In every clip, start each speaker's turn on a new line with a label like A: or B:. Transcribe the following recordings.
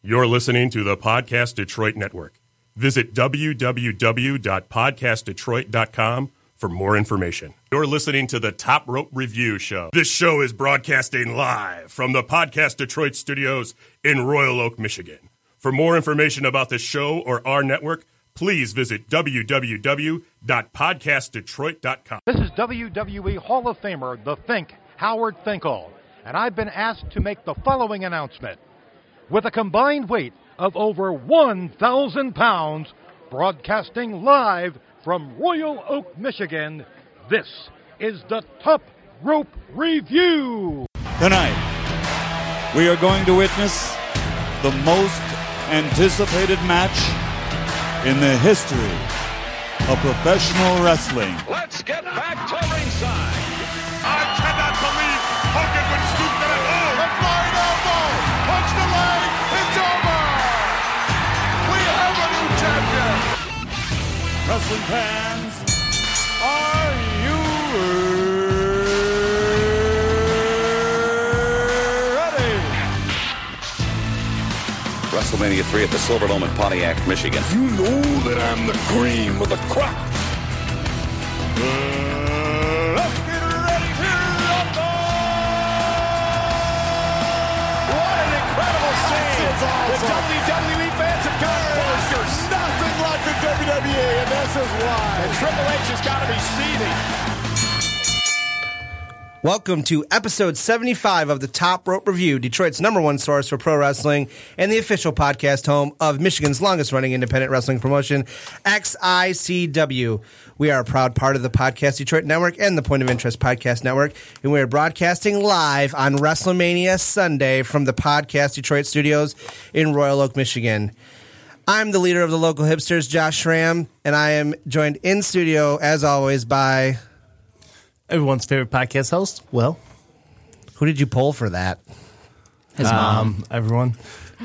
A: You're listening to the Podcast Detroit Network. Visit www.podcastdetroit.com for more information. You're listening to the Top Rope Review Show. This show is broadcasting live from the Podcast Detroit studios in Royal Oak, Michigan. For more information about this show or our network, please visit www.podcastdetroit.com.
B: This is WWE Hall of Famer, The Think, Howard Finkel, and I've been asked to make the following announcement. With a combined weight of over 1,000 pounds, broadcasting live from Royal Oak, Michigan, this is the Top Rope Review.
C: Tonight, we are going to witness the most anticipated match in the history of professional wrestling.
D: Let's get back to ringside.
E: I cannot believe Hogan would stoop that low. A flying elbow. Punch the leg. It's over. We have a new champion.
C: Wrestling fans, are you ready?
F: WrestleMania 3 at the Silverdome in Pontiac, Michigan.
E: You know that I'm the cream of the crop. Let's get ready to rumble. What an incredible scene. The WWE fans have gone bonkers. Nothing like the WWE, and this is why. And Triple H has got to be seething.
G: Welcome to episode 75 of the Top Rope Review, Detroit's number one source for pro wrestling and the official podcast home of Michigan's longest running independent wrestling promotion, XICW. We are a proud part of the Podcast Detroit Network and the Point of Interest Podcast Network, and we are broadcasting live on WrestleMania Sunday from the Podcast Detroit studios in Royal Oak, Michigan. I'm the leader of the local hipsters, Josh Schramm, and I am joined in studio, as always, by.
H: Everyone's favorite podcast host? Well,
G: Who did you poll for that?
H: his
I: Um,
H: mom. um, Everyone.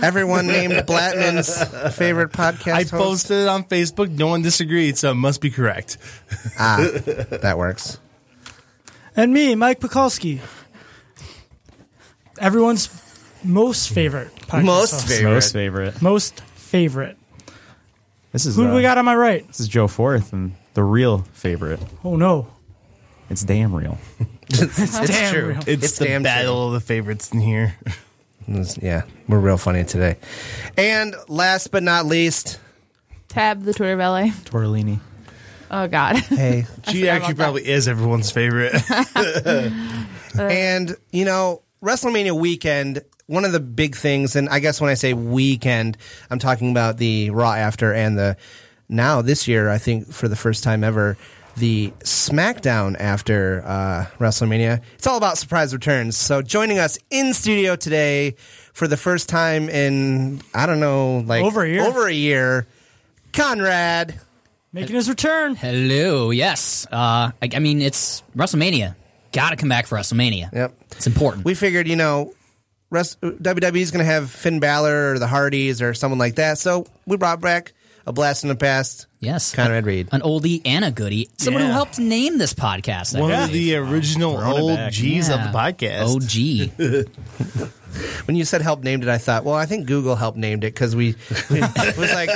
G: Everyone named Blattman's favorite podcast.
H: I
G: host.
H: posted it on Facebook. No one disagreed, so it must be correct.
G: That works.
J: And me, Mike Pekulski. Everyone's most favorite. podcast
G: Most
J: host.
G: favorite.
K: Most favorite.
J: Most favorite.
K: This is
J: Who do
K: uh,
J: we got on my right?
K: This is Joe Forth, and the real favorite.
J: Oh no.
K: It's damn real.
J: It's Damn true. real.
H: It's,
G: It's
H: the
G: damn
H: battle of the favorites in here.
G: It's- Yeah, we're real funny today. And last but not least,
L: Tab the Twitter valet.
K: Tortellini.
L: Oh God.
G: hey,
H: She actually
L: about that.
H: probably is everyone's favorite.
G: and you know, WrestleMania weekend. One of the big things, and I guess when I say weekend, I'm talking about the Raw after and the now this year. I think for the first time ever, the SmackDown after uh, WrestleMania. It's all about surprise returns. So joining us in studio today for the first time in I don't know, like
J: Over a year.
G: over a year, Conrad.
J: Making his return.
I: Hello, yes. Uh, I, I mean, it's WrestleMania. Got to come back for WrestleMania.
G: Yep.
I: It's important.
G: we figured, you know, rest, WWE's going to have Finn Balor or the Hardys or someone like that. So we brought back a blast from the past.
I: yes.
G: Conrad
I: An-
G: Reed.
I: An oldie and a goodie. Someone
H: Yeah.
I: who helped name this podcast. I
H: One of
I: believe.
H: the original
K: it
H: old
K: back.
H: G's of
I: Yeah.
H: the podcast.
I: OG.
G: When you said help named it, I thought, well, I think Google help named it because we, it was like,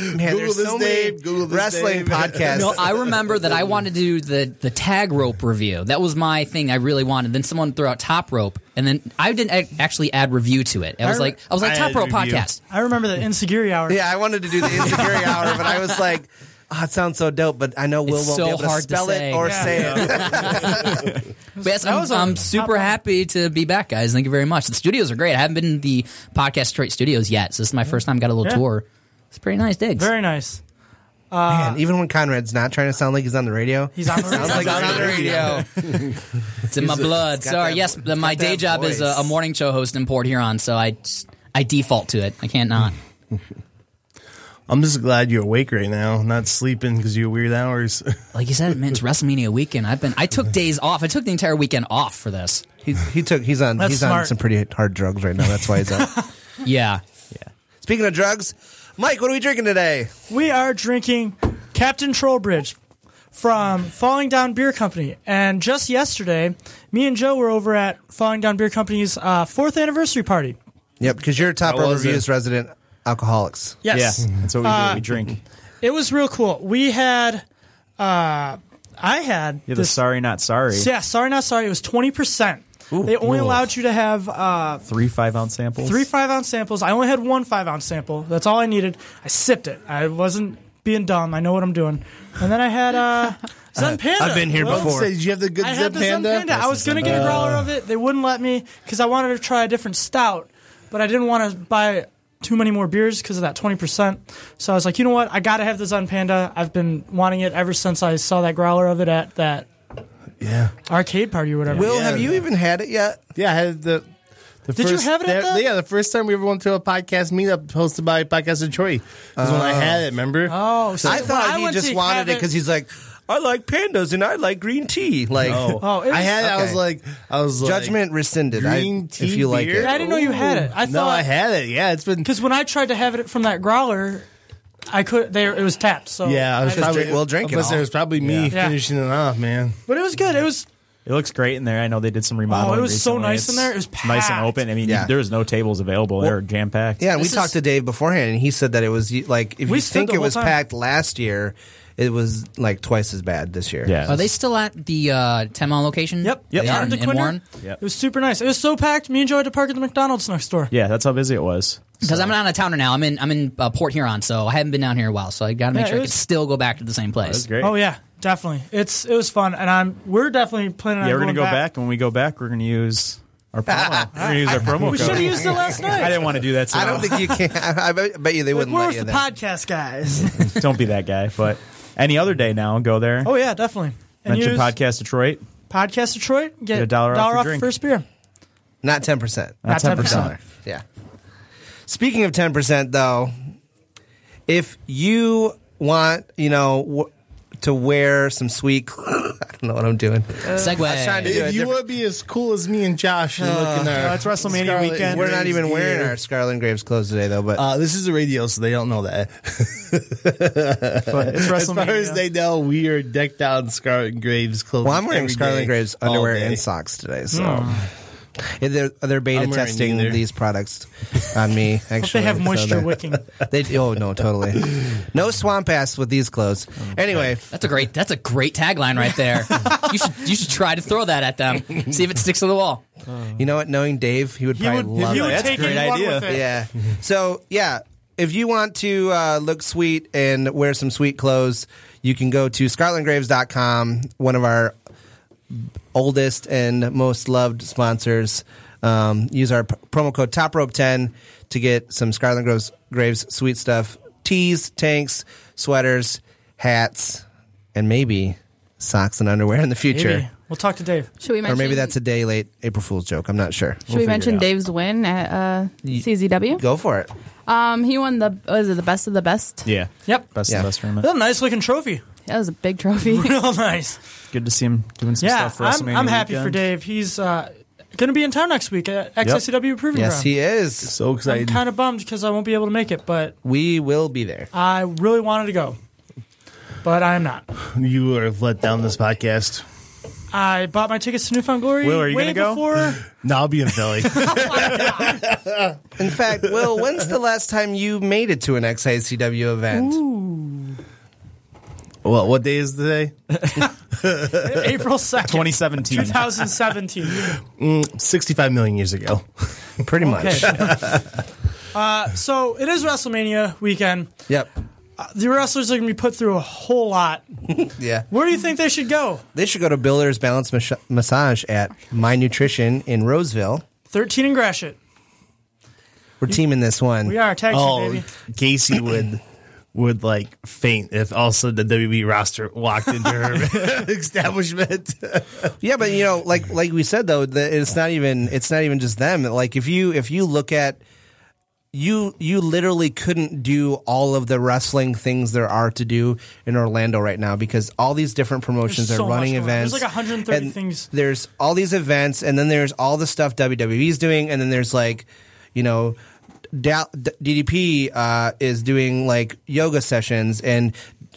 G: man, there's
H: this
G: so
H: name,
G: many
H: Google this
G: wrestling
H: name.
G: podcasts.
I: no, I remember that I wanted to do the, the tag rope review. That was my thing I really wanted. Then someone threw out top rope, and then I didn't ac- actually add review to it. I was
J: re-
I: like, I was like,
H: I
I: top
H: had
I: rope
H: review.
I: podcast.
J: I remember the Inseguri hour.
G: yeah, I wanted to do the Insecurity Hour, but I was like, oh, it sounds so dope, but I know Will
I: It's
G: won't
I: so
G: be able to
I: hard to
G: spell
I: say.
G: it or
J: Yeah.
G: say it.
I: But yes, I'm,
J: was a
I: I'm
J: top
I: super
J: one.
I: happy to be back, guys. Thank you very much. The studios are great. I haven't been in the podcast Detroit studios yet, so this is my first time. Got a little
J: Yeah.
I: tour. It's pretty nice digs.
J: Very nice.
G: Man, even when Conrad's not trying to sound like he's on the radio,
J: He's on the
G: sounds
J: radio.
G: like he's on the radio.
I: It's in my blood.
G: got
I: Sorry.
G: that-
I: yes,
G: he's
I: the, my
G: got
I: day
G: that
I: job is a,
G: voice.
I: a morning show host in Port Huron, so I just- I default to it. I can't not.
H: I'm just glad you're awake right now, not sleeping because you have weird hours.
I: Like you said, man, it's WrestleMania weekend. I've been I took days off. I took the entire weekend off for this.
G: He, he took he's on
J: That's
G: he's on
J: smart.
G: some pretty hard drugs right now. That's why he's up.
I: Yeah.
G: Speaking of drugs, Mike, what are we drinking today?
J: We are drinking Captain Trollbridge from Falling Down Beer Company. And just yesterday, me and Joe were over at Falling Down Beer Company's uh, fourth anniversary party.
G: Yep, because you're top
I: How
G: rope
I: was it?
G: reviews resident alcoholics.
J: Yes.
I: Yeah, that's what we do.
J: Uh,
I: we drink.
J: It was real cool. We had, uh, I had
I: Yeah, the sorry not sorry.
J: Yeah, sorry not sorry. It was twenty percent. They only
I: Ooh.
J: allowed you to have uh,
I: Three five ounce samples.
J: three five ounce samples. I only had one five ounce sample. That's all I needed. I sipped it. I wasn't being dumb. I know what I'm doing. And then I had uh, Zen Panda.
G: I've been here
J: Well,
G: before.
H: Say, did you have the good
J: I
H: Zen
J: had the
H: Panda?
J: Zen Panda. I was gonna get a growler of it. They wouldn't let me because I wanted to try a different stout, but I didn't want to buy too many more beers because of that twenty percent. So I was like, you know what? I gotta have the Zen Panda. I've been wanting it ever since I saw that growler of it at that
H: yeah
J: arcade party or whatever.
H: Will, have you even
G: had it yet?
H: Yeah, I had the. the
J: Did you
H: first,
J: have it at
H: the-
J: the-
H: Yeah, the first time we ever went to a podcast meetup hosted by Podcast Detroit was when I
G: Oh.
H: had it. Remember?
J: Oh,
G: I thought he just wanted it because he's like, I like pandas and I like green tea. Like,
H: No. Oh, it was- I had it, I was like- I was like,
G: judgment rescinded. I,
H: green tea
G: if you like
H: beer?
G: it,
J: I didn't know you had it. I
H: No,
J: thought
H: I had it. Yeah, it's been
J: because when I tried to have it from that growler, I could. There, it was tapped. So
H: yeah, I was
J: had-
H: probably unless
I: all.
H: It was probably me
J: Yeah.
H: finishing it off, man.
J: But it was good. It was
I: It looks great in there. I know they did some remodeling.
J: Oh, it was so
I: recently.
J: nice
I: It's
J: in there. It was
I: nice
J: packed.
I: and open. I mean,
G: Yeah.
I: there was no tables available. they
G: Well-
I: were jam packed.
G: Yeah, and we talked to Dave beforehand, and he said that it was like if
I: We
G: you
I: stood
G: think
I: the
G: it
I: whole
G: was
I: time.
G: packed last year, it was like twice as bad this year.
I: Oh,
M: Are they still at the uh, Temon location? Yep.
I: Yep.
M: They are
I: Down
M: in,
I: to
M: in
I: Quinner?
M: Warren.
I: Yep.
J: It was super nice. It was so packed. Me and Joe had to park at the McDonald's next door.
I: Yeah, that's how busy it was.
M: Because I'm not out of town now. I'm in I'm in uh, Port Huron, so I haven't been down here in a while. So I got to make
J: Yeah,
M: sure
J: it
M: I can
J: was-
M: still go back to the same place.
I: that's great.
J: Oh yeah, definitely. It's it was fun, and I'm we're definitely planning on
I: Yeah, we're gonna
J: going
I: go back. and when we go back, we're gonna use our promo. we're gonna use our promo.
J: We
I: code.
J: should've used it last night.
I: I didn't want to do that. To
G: I don't think you can. I bet, I bet you they wouldn't
J: We're
G: let you.
J: with
G: in
J: the
G: there.
J: podcast guys.
I: don't be that guy. But any other day now, go there.
J: oh yeah, definitely. And
I: mention
J: use
I: podcast Detroit.
J: podcast Detroit. Get,
I: a dollar off your
J: off,
I: drink.
J: first beer.
G: Not ten percent.
I: Not Not 10%.
G: Yeah. Speaking of ten percent, though, if you want, you know, w- to wear some sweet, I don't know what I'm doing.
H: Uh,
M: Segway.
G: I was trying to do a
H: If you
G: different-
H: would be as cool as me and Josh, and
G: Uh,
H: look in our
G: no, it's WrestleMania weekend. We're not even wearing our Scarlet and Graves clothes today, though. But
H: uh, this is the radio, so they don't know that.
I: it's
H: as far
I: WrestleMania.
H: as they know, we are decked out in Scarlet and Graves clothes.
G: Well, I'm wearing
H: every
G: Scarlet
H: day,
G: and Graves
H: all
G: underwear
H: day. Oh.
G: and socks today, so Yeah, they're they're beta
H: I'm wearing
G: testing
H: neither.
G: these products on me. Actually,
J: Hope they have
G: so
J: moisture
G: they're-
J: wicking.
G: They oh no, totally no swamp ass with these clothes.
H: Oh,
G: Anyway,
M: That's a great that's a great tagline right there. you should you should try to throw that at them. See if it sticks to the wall.
G: you know what? Knowing Dave, he would probably love
J: he
G: it.
J: would take anyone with it.
G: Yeah. So yeah, if you want to uh, look sweet and wear some sweet clothes, you can go to scarletandgraves.com, one of our oldest and most loved sponsors. Um, use our p- promo code Top Rope Ten to get some Scarlet and Graves, Graves sweet stuff: tees, tanks, sweaters, hats, and maybe socks and underwear in the future.
J: Maybe. We'll talk to Dave.
B: Should we
G: Or
B: mention?
G: maybe that's a day late April Fool's joke. I'm not sure.
B: Should we mention Dave's win at uh,
G: Ye-
B: CZW?
G: Go for it.
B: Um, he won the was it the best of the best?
I: Yeah.
J: Yep.
I: Best
G: Yeah.
I: of the best
J: That's
I: tournament.
J: a nice looking trophy.
B: That was a big trophy.
J: Real nice.
I: Good to see him doing some
J: yeah,
I: stuff for
J: I'm,
I: WrestleMania.
J: I'm happy for
I: weekend.
J: Dave. He's uh, going to be in town next week at XICW Proving
G: Yes,
J: Ground.
G: he is.
H: So
J: I'm
H: excited.
J: kind of bummed because I won't be able to make it, but
G: We will be there.
J: I really wanted to go. But I am not.
H: you are let down this podcast.
J: I bought my tickets to Newfound Glory
I: Will, are you
J: way
I: gonna go?
J: before.
H: No, I'll be in Philly.
G: In fact, Will, when's the last time you made it to an XICW event?
H: well, what day is today?
J: April 2nd,
I: 2017.
J: 2017.
H: 65 million years ago.
G: Pretty much.
J: Okay. uh, so it is WrestleMania weekend.
G: Yep.
J: The wrestlers are going to be put through a whole lot.
G: Yeah.
J: Where do you think they should go?
G: They should go to Builder's Balance Mas- Massage at My Nutrition in Roseville.
J: 13 and Gratiot.
G: We're teaming this one.
J: We are taxi,
H: oh,
J: baby.
H: Casey would would like faint if also the WWE roster walked into her establishment.
G: Yeah, but you know, like like we said though, that it's not even it's not even just them. Like if you if you look at you you literally couldn't do all of the wrestling things there are to do in Orlando right now because all these different promotions
J: There's
G: are
J: so
G: running
J: much going on. There's
G: events.
J: like 130
G: and
J: things.
G: There's all these events, and then there's all the stuff WWE's doing, and then there's like, you know. Dal- D- DDP uh, is doing like yoga sessions, and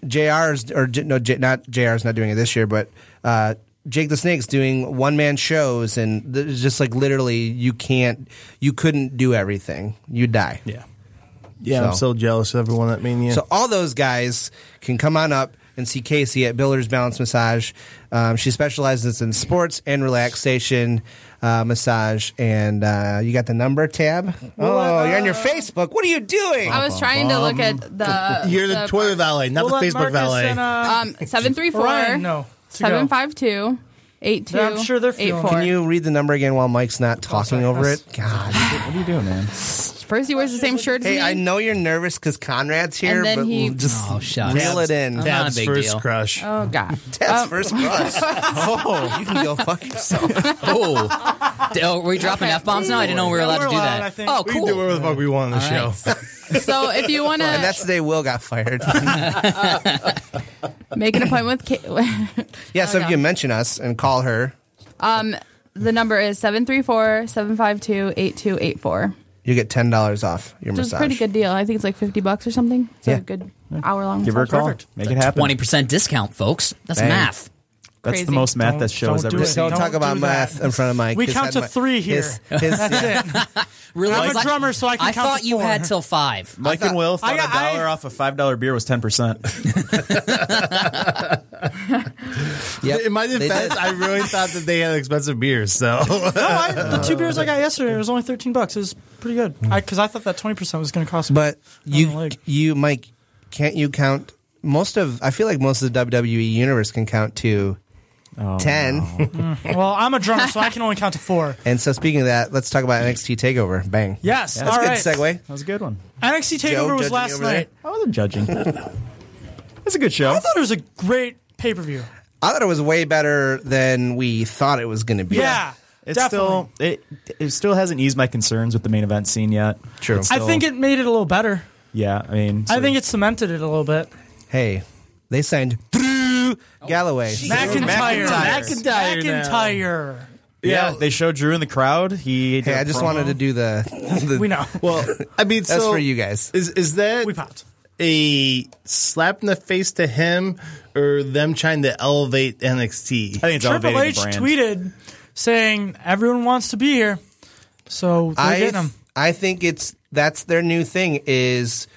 G: JR's or J- no, J- not JR's not doing it this year, but uh, Jake the Snake's doing one man shows, and th- it's just like literally, you can't, you couldn't do everything. You'd die. Yeah.
H: Yeah, I'm so jealous of everyone at Mania.
G: So all those guys can come on up and see Casey at Builder's Balance Massage. Um, she specializes in sports and relaxation uh, massage. And uh, you got the number tab. Oh, you're on your Facebook. What are you doing?
B: I was trying to look at the.
H: Uh, You're the Twitter valet, not the Facebook valet.
G: uh,
B: um, seven three four.
J: uh, Ryan, no. To go.
B: Seven five two. Eight two.
J: I'm sure they're
B: eight
J: feeling it.
B: four.
G: Can you read the number again while Mike's
N: Oh,
G: not talking over it? God,
I: what are you doing, man?
B: First, he wears the same shirt as
G: Hey,
B: me.
G: I know you're nervous because Conrad's here,
B: And then
G: but
B: he-
G: just
N: Oh, shucks.
G: reel it
N: Tabs-
G: in.
N: I'm not a Tab's big first deal.
H: crush.
B: oh God.
G: Ted's
B: Um,
G: first crush. oh, you can go fuck yourself.
N: oh, D- oh, were we dropping f bombs now? I didn't know we were allowed to do
G: allowed, I
N: that.
G: think.
N: Oh,
H: We can do
N: cool.
H: whatever the fuck we want on the
N: All
H: show.
B: so if you want
G: And
B: to
G: that's the day Will got fired.
B: make an appointment with, Ca-
G: yeah, so if you mention us and call her,
B: um, the number is 734-752-8284.
G: you get ten dollars off
B: Which
G: your
B: is a
G: massage.
B: pretty good deal. I think it's like 50 bucks or something. So
G: Yeah.
B: a good hour long.
I: Give her a call. Make it happen.
N: Twenty percent discount, folks. That's
I: Bang.
N: math.
I: That's
B: Crazy.
I: the most math
J: Don't-
I: that show has
J: don't
I: ever
J: do it.
I: seen.
G: Don't,
J: Don't
G: talk
J: do
G: about
J: that.
G: math in front of Mike.
J: We
G: His
J: count
G: head
J: to
G: might-
J: three here.
G: his- his-
J: That's
G: yeah.
J: it.
N: Really?
J: I'm a
N: Like-
J: drummer, so I can
N: I
J: count to
N: thought you
J: four.
N: had till five.
I: Mike and Will thought
J: I got-
I: a dollar
J: I-
I: off a five dollar beer was ten percent.
G: Yep,
H: In my
G: they
H: defense,
G: did.
H: I really thought that they had expensive beers. So
J: No, I, the two beers I got yesterday was only thirteen bucks. It was pretty good.
I: Hmm.
J: Because I, thought that twenty percent was going to cost.
G: But
J: I don't
G: you,
J: like-
G: you, Mike, can't you count most of? I feel like most of the WWE universe can count to
I: Oh,
G: ten.
J: well, I'm a drummer, so I can only count to four.
G: And so, speaking of that, let's talk about NXT Takeover. Bang.
J: Yes,
G: that's
J: all
G: a
J: right.
G: good segue.
I: That was a good one.
J: NXT Takeover was
G: judging
J: last
G: over there.
J: night.
I: I wasn't judging. It's a good show.
J: I thought it was a great pay per view.
G: I thought it was way better than we thought it was going to be.
J: Yeah,
I: It's
J: definitely.
I: still it it still hasn't eased my concerns with the main event scene yet.
G: True.
I: It's
J: I
I: still-
J: think it made it a little better.
I: Yeah, I mean,
J: I think it cemented it a little bit.
G: Hey, they signed Drew
J: Oh,
G: Galloway.
J: McIntyre,
H: McIntyre now.
J: McIntyre.
I: yeah, they showed Drew in the crowd. He did
G: Hey,
I: a
G: I just
I: promo.
G: wanted to do the. the
J: We know
H: well, I mean,
G: That's
H: so
G: for you guys.
H: Is is that
J: we popped.
H: a slap in the face to him, or them trying to elevate NXT?
I: I think it's
J: Triple
I: elevating
J: H
I: the brand.
J: tweeted saying everyone wants to be here, so they're
G: I
J: getting them.
G: I think it's that's their new thing is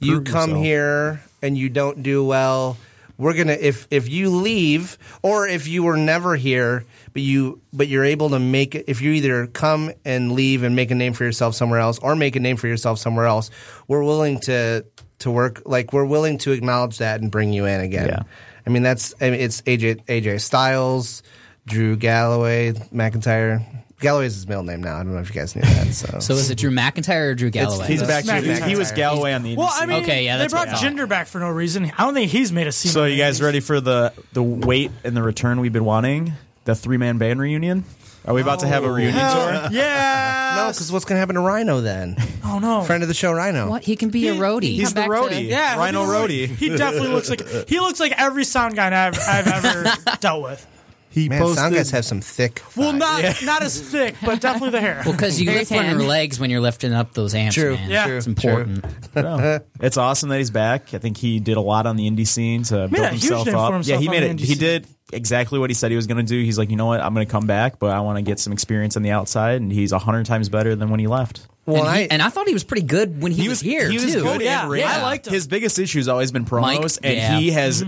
G: you
I: Prove
G: come
I: yourself.
G: here and you don't do well. We're gonna if if you leave or if you were never here, but you but you're able to make it if you either come and leave and make a name for yourself somewhere else or make a name for yourself somewhere else, we're willing to to work like we're willing to acknowledge that and bring you in again.
I: Yeah.
G: I mean that's I mean, it's AJ AJ Styles, Drew Galloway, McIntyre. Galloway's his middle name now. I don't know if you guys knew that.
N: So Oh, is it Drew McIntyre or Drew Galloway?
I: He's back.
J: Smack
I: To, he was
G: McIntyre.
I: Galloway on the.
J: Well,
I: indie
J: I
I: scene.
J: mean,
N: Okay, yeah,
J: they
N: that's what
J: brought
N: I thought.
J: Jinder back for no reason. I don't think he's made a scene.
I: So
J: in
I: you guys
J: anything.
I: ready for the the wait and the return we've been wanting? The three man band reunion. Are we about to
N: Oh.
I: have a reunion tour?
J: Hell yeah.
G: No, because what's going to happen to Rhino then?
J: Oh no.
G: Friend of the show, Rhino.
N: What? He can be a roadie.
I: He's the
B: Come back to-
I: roadie.
J: yeah, he'll
I: Rhino
J: be like-
I: roadie.
J: He definitely looks like he looks like every sound guy I've, I've ever dealt with.
I: He
G: Man, sound guys have some thick.
J: Well, not not as thick, but definitely the hair.
N: because you lift on your legs when you're lifting up those amps,
G: True,
N: man.
J: Yeah. true,
N: it's important.
J: Oh.
I: No. it's awesome that he's back. I think he did a lot on the indie scene to build
J: a huge
I: himself
J: name for
I: up.
J: himself
I: yeah, he
J: on
I: made
J: the
I: it.
J: indie
I: He
J: scene.
I: did exactly what he said he was going to do. He's like, you know what? I'm going to come back, but I want to get some experience on the outside. And he's hundred times better than when he left.
G: Well,
N: and,
G: I,
N: he- and I thought he was pretty good when he, was, here
I: He was
N: too.
I: good.
J: Yeah,
I: and rated.
J: yeah, I liked him.
I: His biggest issue has always been promos,
N: Mike,
I: and
N: yeah. Mm-hmm.
I: he has.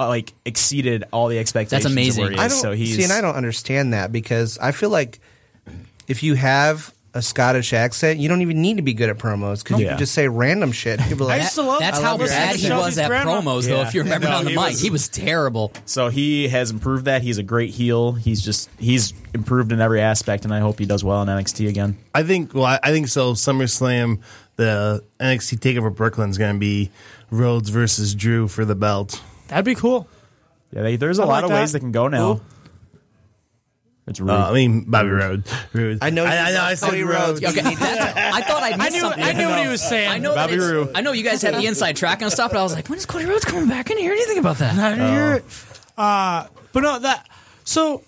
I: uh, like exceeded all the expectations. of
N: amazing.
I: where he
G: I
I: is,
G: don't
I: so he's
G: see, and I don't understand that because I feel like if you have a Scottish accent, you don't even need to be good at promos because you
I: Yeah.
G: can just say random shit. People are
J: I
G: like,
J: used to love.
N: That's
J: I
N: how
J: love listening
N: bad
J: to
N: he
J: Shelby's
N: was at
J: grandma.
N: promos, though.
I: Yeah.
N: If you remember
I: No,
N: on the
I: he
N: mic,
I: was-
N: he was terrible.
I: So he has improved that. He's a great heel. He's just he's improved in every aspect, and I hope he does well in NXT again.
H: I think. Well, I, I think so. SummerSlam, the NXT Takeover Brooklyn is going to be Rhodes versus Drew for the belt.
J: That'd be cool.
I: Yeah, they, there's a
J: I
I: lot
J: like
I: of
J: that.
I: ways they can go now.
J: Who?
I: It's
H: Uh,
I: rude.
H: I mean, Bobby Rhodes. Rhodes.
G: I know you
H: I, I know.
G: love
H: I said
G: Cody Rhodes.
H: Rhodes.
N: Okay, that's, I thought I missed
J: I knew.
N: something.
J: I knew what he was saying.
N: I know that
I: Bobby
N: it's-
I: Roode.
N: I know you guys have the inside track on stuff, but I was like, when is Cody Rhodes coming back? I didn't hear anything about that.
J: I didn't hear it. Uh, but no, that. So,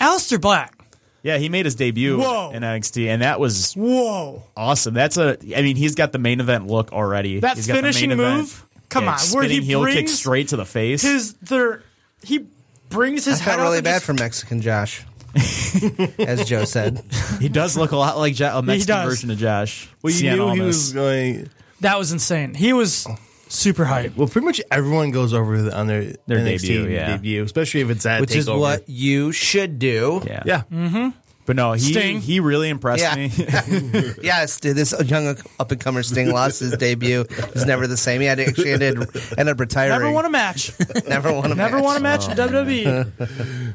J: Alistair Black.
I: yeah, he made his debut
J: Whoa.
I: in NXT, and that was
J: Whoa,
I: awesome. That's a. I mean, he's got the main event look already.
J: that
I: He's got the main
J: finishing
I: event.
J: move. Come
I: Yeah,
J: on, where
I: spinning
J: he
I: heel kick
J: brings
I: straight to the face.
J: his their he
B: brings his head
G: I felt
B: out
G: really
B: and
G: bad
B: just-
G: for Mexican Josh, as Joe said.
I: He does look a lot like jo- a Mexican
B: does.
I: version of Josh.
B: Well, you
I: Sienna
B: knew he
I: Almas.
B: was That was insane. He was super hype.
H: Well, pretty much everyone goes over the- on their
I: Their
H: NXT
I: debut, yeah.
H: debut, especially if it's at
I: Which is
H: TakeOver.
I: what
G: you should do.
I: Yeah.
H: Yeah.
B: Mm-hmm.
I: But no, he
G: Sting.
I: he really impressed
G: Yeah.
I: me.
G: yes, dude, this young up and comer Sting lost his debut. It was never the same. He had actually ended, ended up retiring.
B: Never won a match.
G: Never won a match.
B: Never won a match in E. WWE.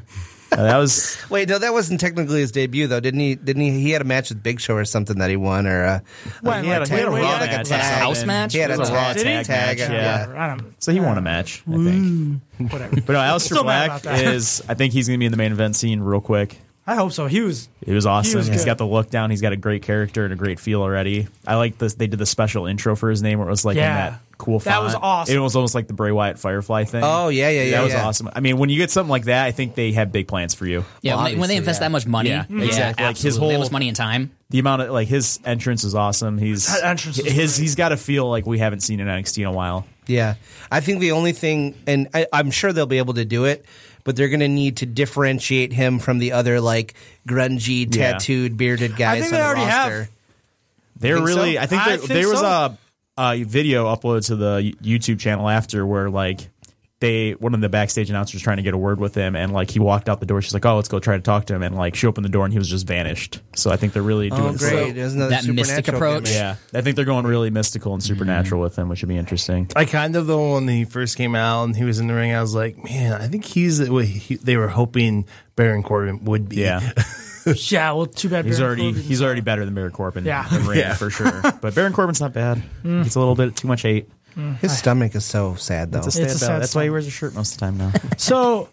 I: Uh, that was
G: wait. No, that wasn't technically his debut though. Didn't he? Didn't he? He had a match with Big Show or something that he won, or uh,
B: When,
G: he had
B: like,
G: a tag-
B: wait, wait,
G: he had,
B: wait,
G: like a
B: like a
G: tag.
B: house match?
G: He had a,
B: It was a raw
G: tag.
B: Did he?
G: tag,
I: match,
G: yeah.
I: yeah.
B: I don't-
I: So he won a match, I think.
B: Whatever.
I: But no, Alistair
B: Still mad
I: Black
B: about that.
I: is. I think he's going to be in the main event scene real quick.
B: I hope so. He was.
I: It was awesome.
B: was
I: He's
B: good.
I: got the look down. He's got a great character and a great feel already. I like this. They did the special intro for his name where it was like
B: Yeah.
I: in that cool
B: That was
I: font.
B: awesome.
I: It was almost like the Bray Wyatt Firefly thing.
G: Oh, yeah, yeah, yeah,
I: That was
G: yeah.
I: awesome. I mean, when you get something like that, I think they have big plans for you.
J: Yeah, when they- when they invest that much money,
I: Yeah,
J: yeah,
I: exactly. Like his
J: absolutely.
I: whole
J: That much money and time.
I: The amount of like his entrance is awesome. He's
J: That entrance is
I: his he's got a feel like we haven't seen in NXT in a while.
G: Yeah, I think the only thing, and I, I'm sure they'll be able to do it, but they're going to need to differentiate him from the other like grungy,
I: Yeah.
G: tattooed, bearded
B: I
G: guys.
B: think
G: on
B: they
G: the
B: already have.
G: roster.
I: They're
G: Think so?
I: really. I think
B: I
I: there,
B: think
I: there was
B: so.
I: a, a video uploaded to the YouTube channel after where like they one of the backstage announcers trying to get a word with him and like he walked out the door. She's like, "Oh, let's go try to talk to him," and like she opened the door and he was just vanished. So I think they're really
G: Oh,
I: doing
G: great. There's another That mystic supernatural
B: Oh.
G: approach. gimmick.
I: Yeah, I think they're going really mystical and supernatural with him, which would be interesting.
H: I kind of though when he first came out and he was in the ring, I was like, man, I think he's what he, they were hoping Baron Corbin would be.
I: Yeah,
B: yeah. Well, too bad.
I: he's
B: Baron
I: already
B: Corbin-
I: he's already better than Baron Corbin.
B: Yeah.
I: in the ring,
B: Yeah.
I: for sure. But Baron Corbin's not bad.
B: Mm.
I: It's a little bit too much hate.
G: His stomach is so sad though.
I: It's a
B: It's a
I: standout.
B: sad
I: That's why he wears a shirt most of the time now.
B: So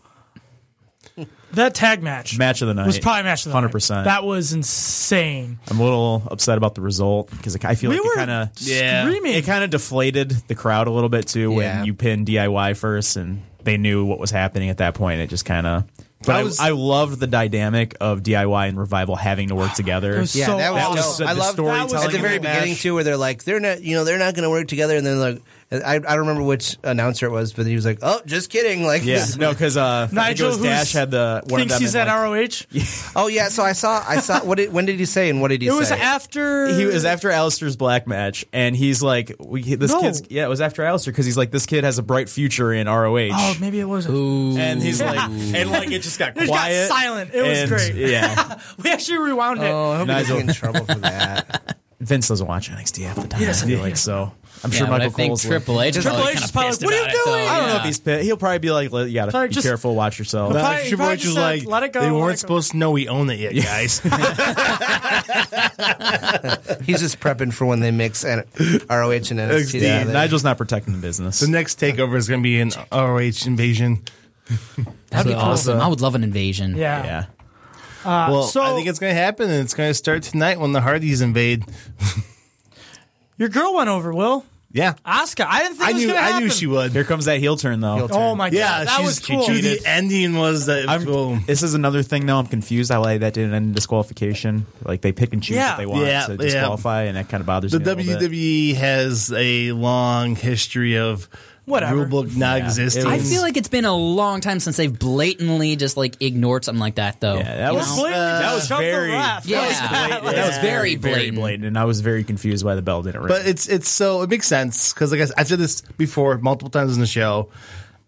B: that tag match,
I: Match of the night
B: was probably match of the night.
I: 100%.
B: That was insane.
I: I'm a little upset about the result because I feel
B: We
I: like
B: were
I: it kind of
B: screaming.
I: It kind of deflated the crowd a little bit too
B: Yeah.
I: when you pinned DIY first, and they knew what was happening at that point. It just kind of. But
G: I
I: I,
G: was-
I: I, loved the dynamic of DIY and Revival having to work together.
G: yeah, that was, dope. I love
I: storytelling
G: at the
I: in
G: very
I: that match.
G: beginning too, where they're like, they're not, you know, they're not going to work together, and then like, I, I don't remember which announcer it was, but he was like, oh, just kidding, like,
I: Yeah,
G: this-
I: no, because uh, I think it
B: Nigel,
I: was Dash
B: who's-
I: had the one of
B: Thinks
I: them
B: he's
I: had,
B: at ROH.
G: oh yeah, so I saw, I saw. What did, when did he say, and what did he
B: It
G: say?
B: was after
I: he was after Alistair's black match, and he's like, we, "This
B: No.
I: kid's yeah." It was after Alistair because he's like, "This kid has a bright future in ROH."
B: Oh, maybe it wasn't.
I: And he's like, and like it just
B: It
I: got
B: just got
I: quiet,
B: silent. It was
I: and-
B: great.
I: Yeah,
B: we actually rewound it.
I: Nigel-
G: trouble for that.
I: Vince doesn't watch NXT half the time.
B: He
I: I
B: doesn't,
I: feel
B: yeah.
I: like so. I'm
J: Yeah,
I: sure
J: but
I: Michael
J: I think
I: Cole's
J: Triple H is Triple probably H is kinda probably pissed like, "What are you about it, doing?" though,
I: I don't know
J: yeah.
I: if he's pissed. He'll probably be like, "You gotta
B: Probably
I: be
B: just-
I: careful, watch yourself."
H: No,
B: Probably-
H: Triple
B: probably
H: H was
B: just said,
H: like,
B: "Let it go,
H: they
B: let
H: weren't
B: it go."
H: supposed to know we own it yet, guys.
G: He's just prepping for when they mix and ROH and NXT.
I: Yeah,
G: together.
I: Nigel's not protecting the business.
H: the next takeover is going to be an ROH invasion.
J: That'd be awesome. I would love an invasion.
B: Yeah.
I: Yeah.
B: Uh,
H: well,
B: so
H: I think it's going to happen, and it's going to start tonight when the Hardys invade.
B: your girl went over. Will
H: Yeah,
B: Oscar? I didn't think
H: I
B: it was
H: knew,
B: gonna
H: I
B: happen.
H: knew she would.
I: Here comes that heel turn, though.
B: Oh my god,
H: Yeah,
B: that
H: she's
B: was cool.
H: she cheated. The ending was uh, that.
I: I'm- This is another thing, though. I'm confused. I like that didn't end in disqualification. Like they pick and choose
H: Yeah.
I: what they want
H: Yeah,
I: to
H: yeah.
I: disqualify, and that kind of bothers
H: the
I: me. a little bit.
H: WWE E has a long history of
J: Whatever.
H: rulebook not existing.
J: I feel like it's been a long time since they've blatantly just like ignored something like that, though. Yeah,
I: that was- that was very-
J: Yeah,
I: that was
J: that was very
I: very
J: blatant.
I: blatant, and I was very confused why the bell didn't ring.
H: But it's it's so it makes sense because like I, s- I've said this before multiple times in the show,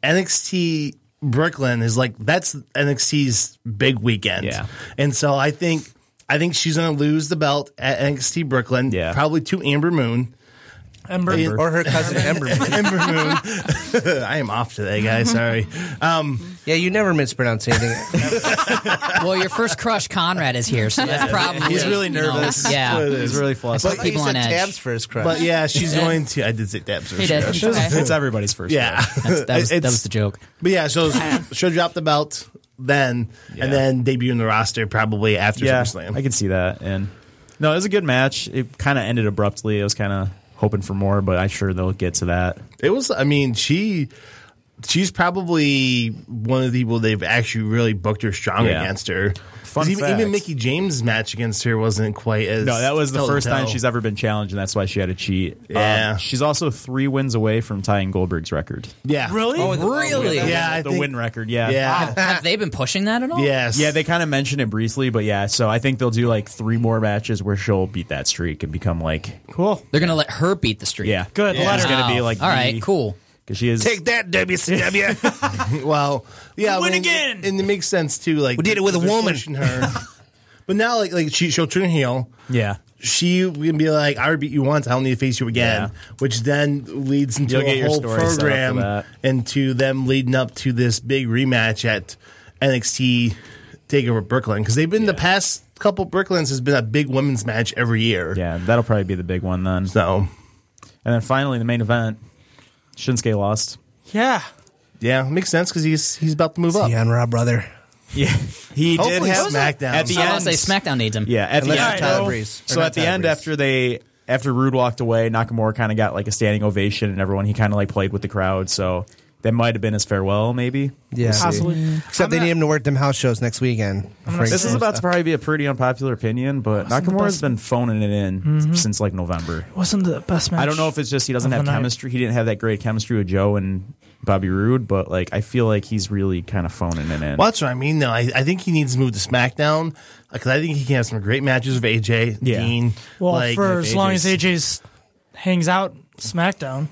H: NXT Brooklyn is like that's NXT's big weekend.
I: Yeah.
H: and so I think I think she's gonna lose the belt at NXT Brooklyn. Yeah, probably to Amber Moon.
B: Ember.
G: or her cousin Ember.
H: Ember Moon. I am off today, guys. Sorry. Um,
G: yeah, you never mispronounce anything.
J: well, your first crush, Conrad, is here, so that's probably
H: He's really
J: you know,
H: nervous. That's what
J: yeah,
H: it is. He's really flustered.
J: Put people on edge.
H: But yeah, she's going to. I did say Dabs.
J: He did. It's okay. It's
I: everybody's first.
H: Yeah,
J: That's- that was- that
H: It's-
J: was the joke.
H: But yeah, so she'll drop the belt then, and then debut in the roster probably after
I: yeah,
H: SummerSlam.
I: I can see that. And no, it was a good match. It kind of ended abruptly. I was kind of hoping for more, but I'm sure they'll get to that.
H: It was. I mean, she. she's probably one of the people they've actually really booked her strong
I: Yeah.
H: against her. 'Cause
I: Fun
H: even, even
I: fact.
H: Mickey James' match against her wasn't quite as
I: No, that was the first time
H: tell-tale.
I: she's ever been challenged, and that's why she had to cheat.
H: Yeah.
I: Um, she's also three wins away from tying Goldberg's record.
H: Yeah.
O: Really? really?
I: oh, yeah, the win record. Yeah,
O: Wow. Have they been pushing that at all?
I: Yeah, they kind of mentioned it briefly, but yeah. So I think they'll do like three more matches where she'll beat that streak and become like
O: Cool. They're gonna let her beat the streak.
I: yeah,
O: Good.
I: Yeah,
O: Let
I: she's
O: her.
I: gonna be
O: Wow.
I: like
O: All right,
I: cool because she is
G: Take that, WCW.
H: well, yeah,
O: Win
H: well,
O: again!
H: and it makes sense too. Like
G: We did it with a
H: they're
G: woman.
H: pushing her. but now, like, like she she'll turn heel.
I: Yeah,
H: she can be like, "I already beat you once. I don't need to face you again," which then leads into
I: You'll get
H: a
I: your
H: whole
I: story set up for
H: program
I: that.
H: into them leading up to this big rematch at NXT Takeover Brooklyn because they've been the past couple Brooklyns has been a big women's match every year.
I: Yeah, that'll probably be the big one then.
H: So,
I: and then finally the main event, Shinsuke lost.
J: Yeah.
H: Yeah, makes sense because he's he's about to move up.
G: Yeah, Raw brother.
I: Yeah, he
H: Hopefully
I: did have
H: SmackDown.
I: at the
H: So I
I: end.
H: was gonna say
O: SmackDown needs him.
I: Yeah, at
O: Unless
I: the
O: it's
I: end.
O: Tyler Breeze.
I: So
O: Or
I: at
O: not
I: the
O: Tyler
I: end, after they after Rude walked away, Nakamura kind of got like a standing ovation, and everyone he kind of like played with the crowd. So that might have been his farewell, maybe.
G: Yeah,
I: We'll see.
J: Mm,
G: Except they need him to work them house shows next weekend. Frank
I: This is
G: Star
I: about to
G: stuff.
I: probably be a pretty unpopular opinion, but
J: Wasn't the
I: Nakamura's
J: best-
I: been phoning it in since like November.
J: Wasn't the best match.
I: I don't know if it's just he doesn't
J: of
I: have
J: the night.
I: chemistry. He didn't have that great chemistry with Joe and Bobby Roode, but like I feel like he's really kind of phoning it in.
H: Well, that's what I mean, though. I, I think he needs to move to SmackDown because I think he can have some great matches with AJ,
I: Yeah.
H: Dean.
J: Well,
H: like-
J: for as long as AJ's hangs out, SmackDown.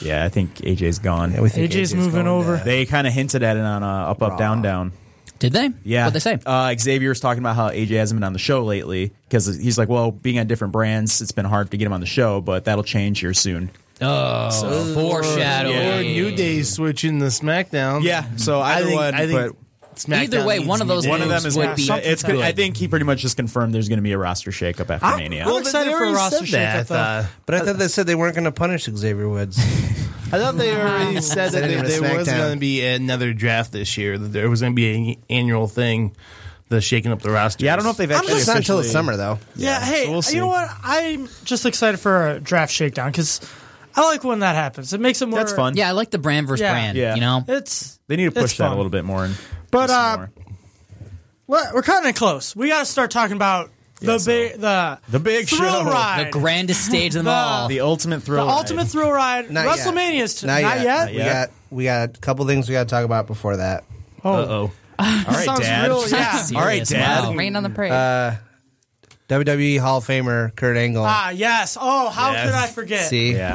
I: Yeah, I think AJ's gone.
J: we think AJ's AJ's moving gone, over. yeah.
I: They kind of hinted at it on uh, Up, Up, Down, Down.
O: Did they?
I: Yeah.
O: What'd they say?
I: Uh, Xavier was talking about how AJ hasn't been on the show lately because he's like, well, being on different brands, it's been hard to get him on the show, but that'll change here soon.
O: Oh,
I: So-
O: foreshadowing.
I: Yeah.
H: Or New Day switching to SmackDown.
I: Yeah, so either one, but-
O: Either way, one of those
I: one of them is
O: would
I: gonna-
O: be
I: It's good. I think he pretty much just confirmed there's going to be a roster shakeup after
G: I-
I: Mania.
G: Well, they
J: excited for a
G: already
J: roster
G: said uh,
J: shakeup, though.
G: But I thought they said they weren't going to punish Xavier Woods.
H: I thought they already said that
G: Send
H: there,
G: him to
H: there was
G: SmackDown.
H: going to be another draft this year. That there was going to be an annual thing, the shaking up the roster. Yeah, I don't know if
I: they've
G: actually It's not until the officially- summer, though.
J: Yeah, hey,
H: we'll see.
J: you know what? I'm just excited for a draft shakedown because I like when that happens. It makes it more.
I: That's fun.
O: Yeah, I like the brand versus
J: Yeah.
O: brand.
J: Yeah.
O: You know,
J: It's
I: They need
J: It's
I: to push that a
J: fun.
I: little bit more. And
J: but uh, let- we're cutting it close. We got to start talking about the big the
I: the big
J: thrill
I: show.
J: ride,
O: the grandest stage of them
J: The-
O: all.
I: the ultimate
J: the
I: thrill.
J: ultimate thrill ride.
G: Not yet.
J: WrestleMania is tonight. Not, yet.
G: We got we got a couple things we got to talk about before that.
J: Oh.
I: Uh-oh. All right,
J: Sounds
I: Dad.
J: real, yeah.
I: All right, Dad.
P: Wow. Rain on the parade.
G: Uh, WWE Hall of Famer Kurt Angle.
J: Ah, yes. Oh, how could I forget?
G: See,
J: All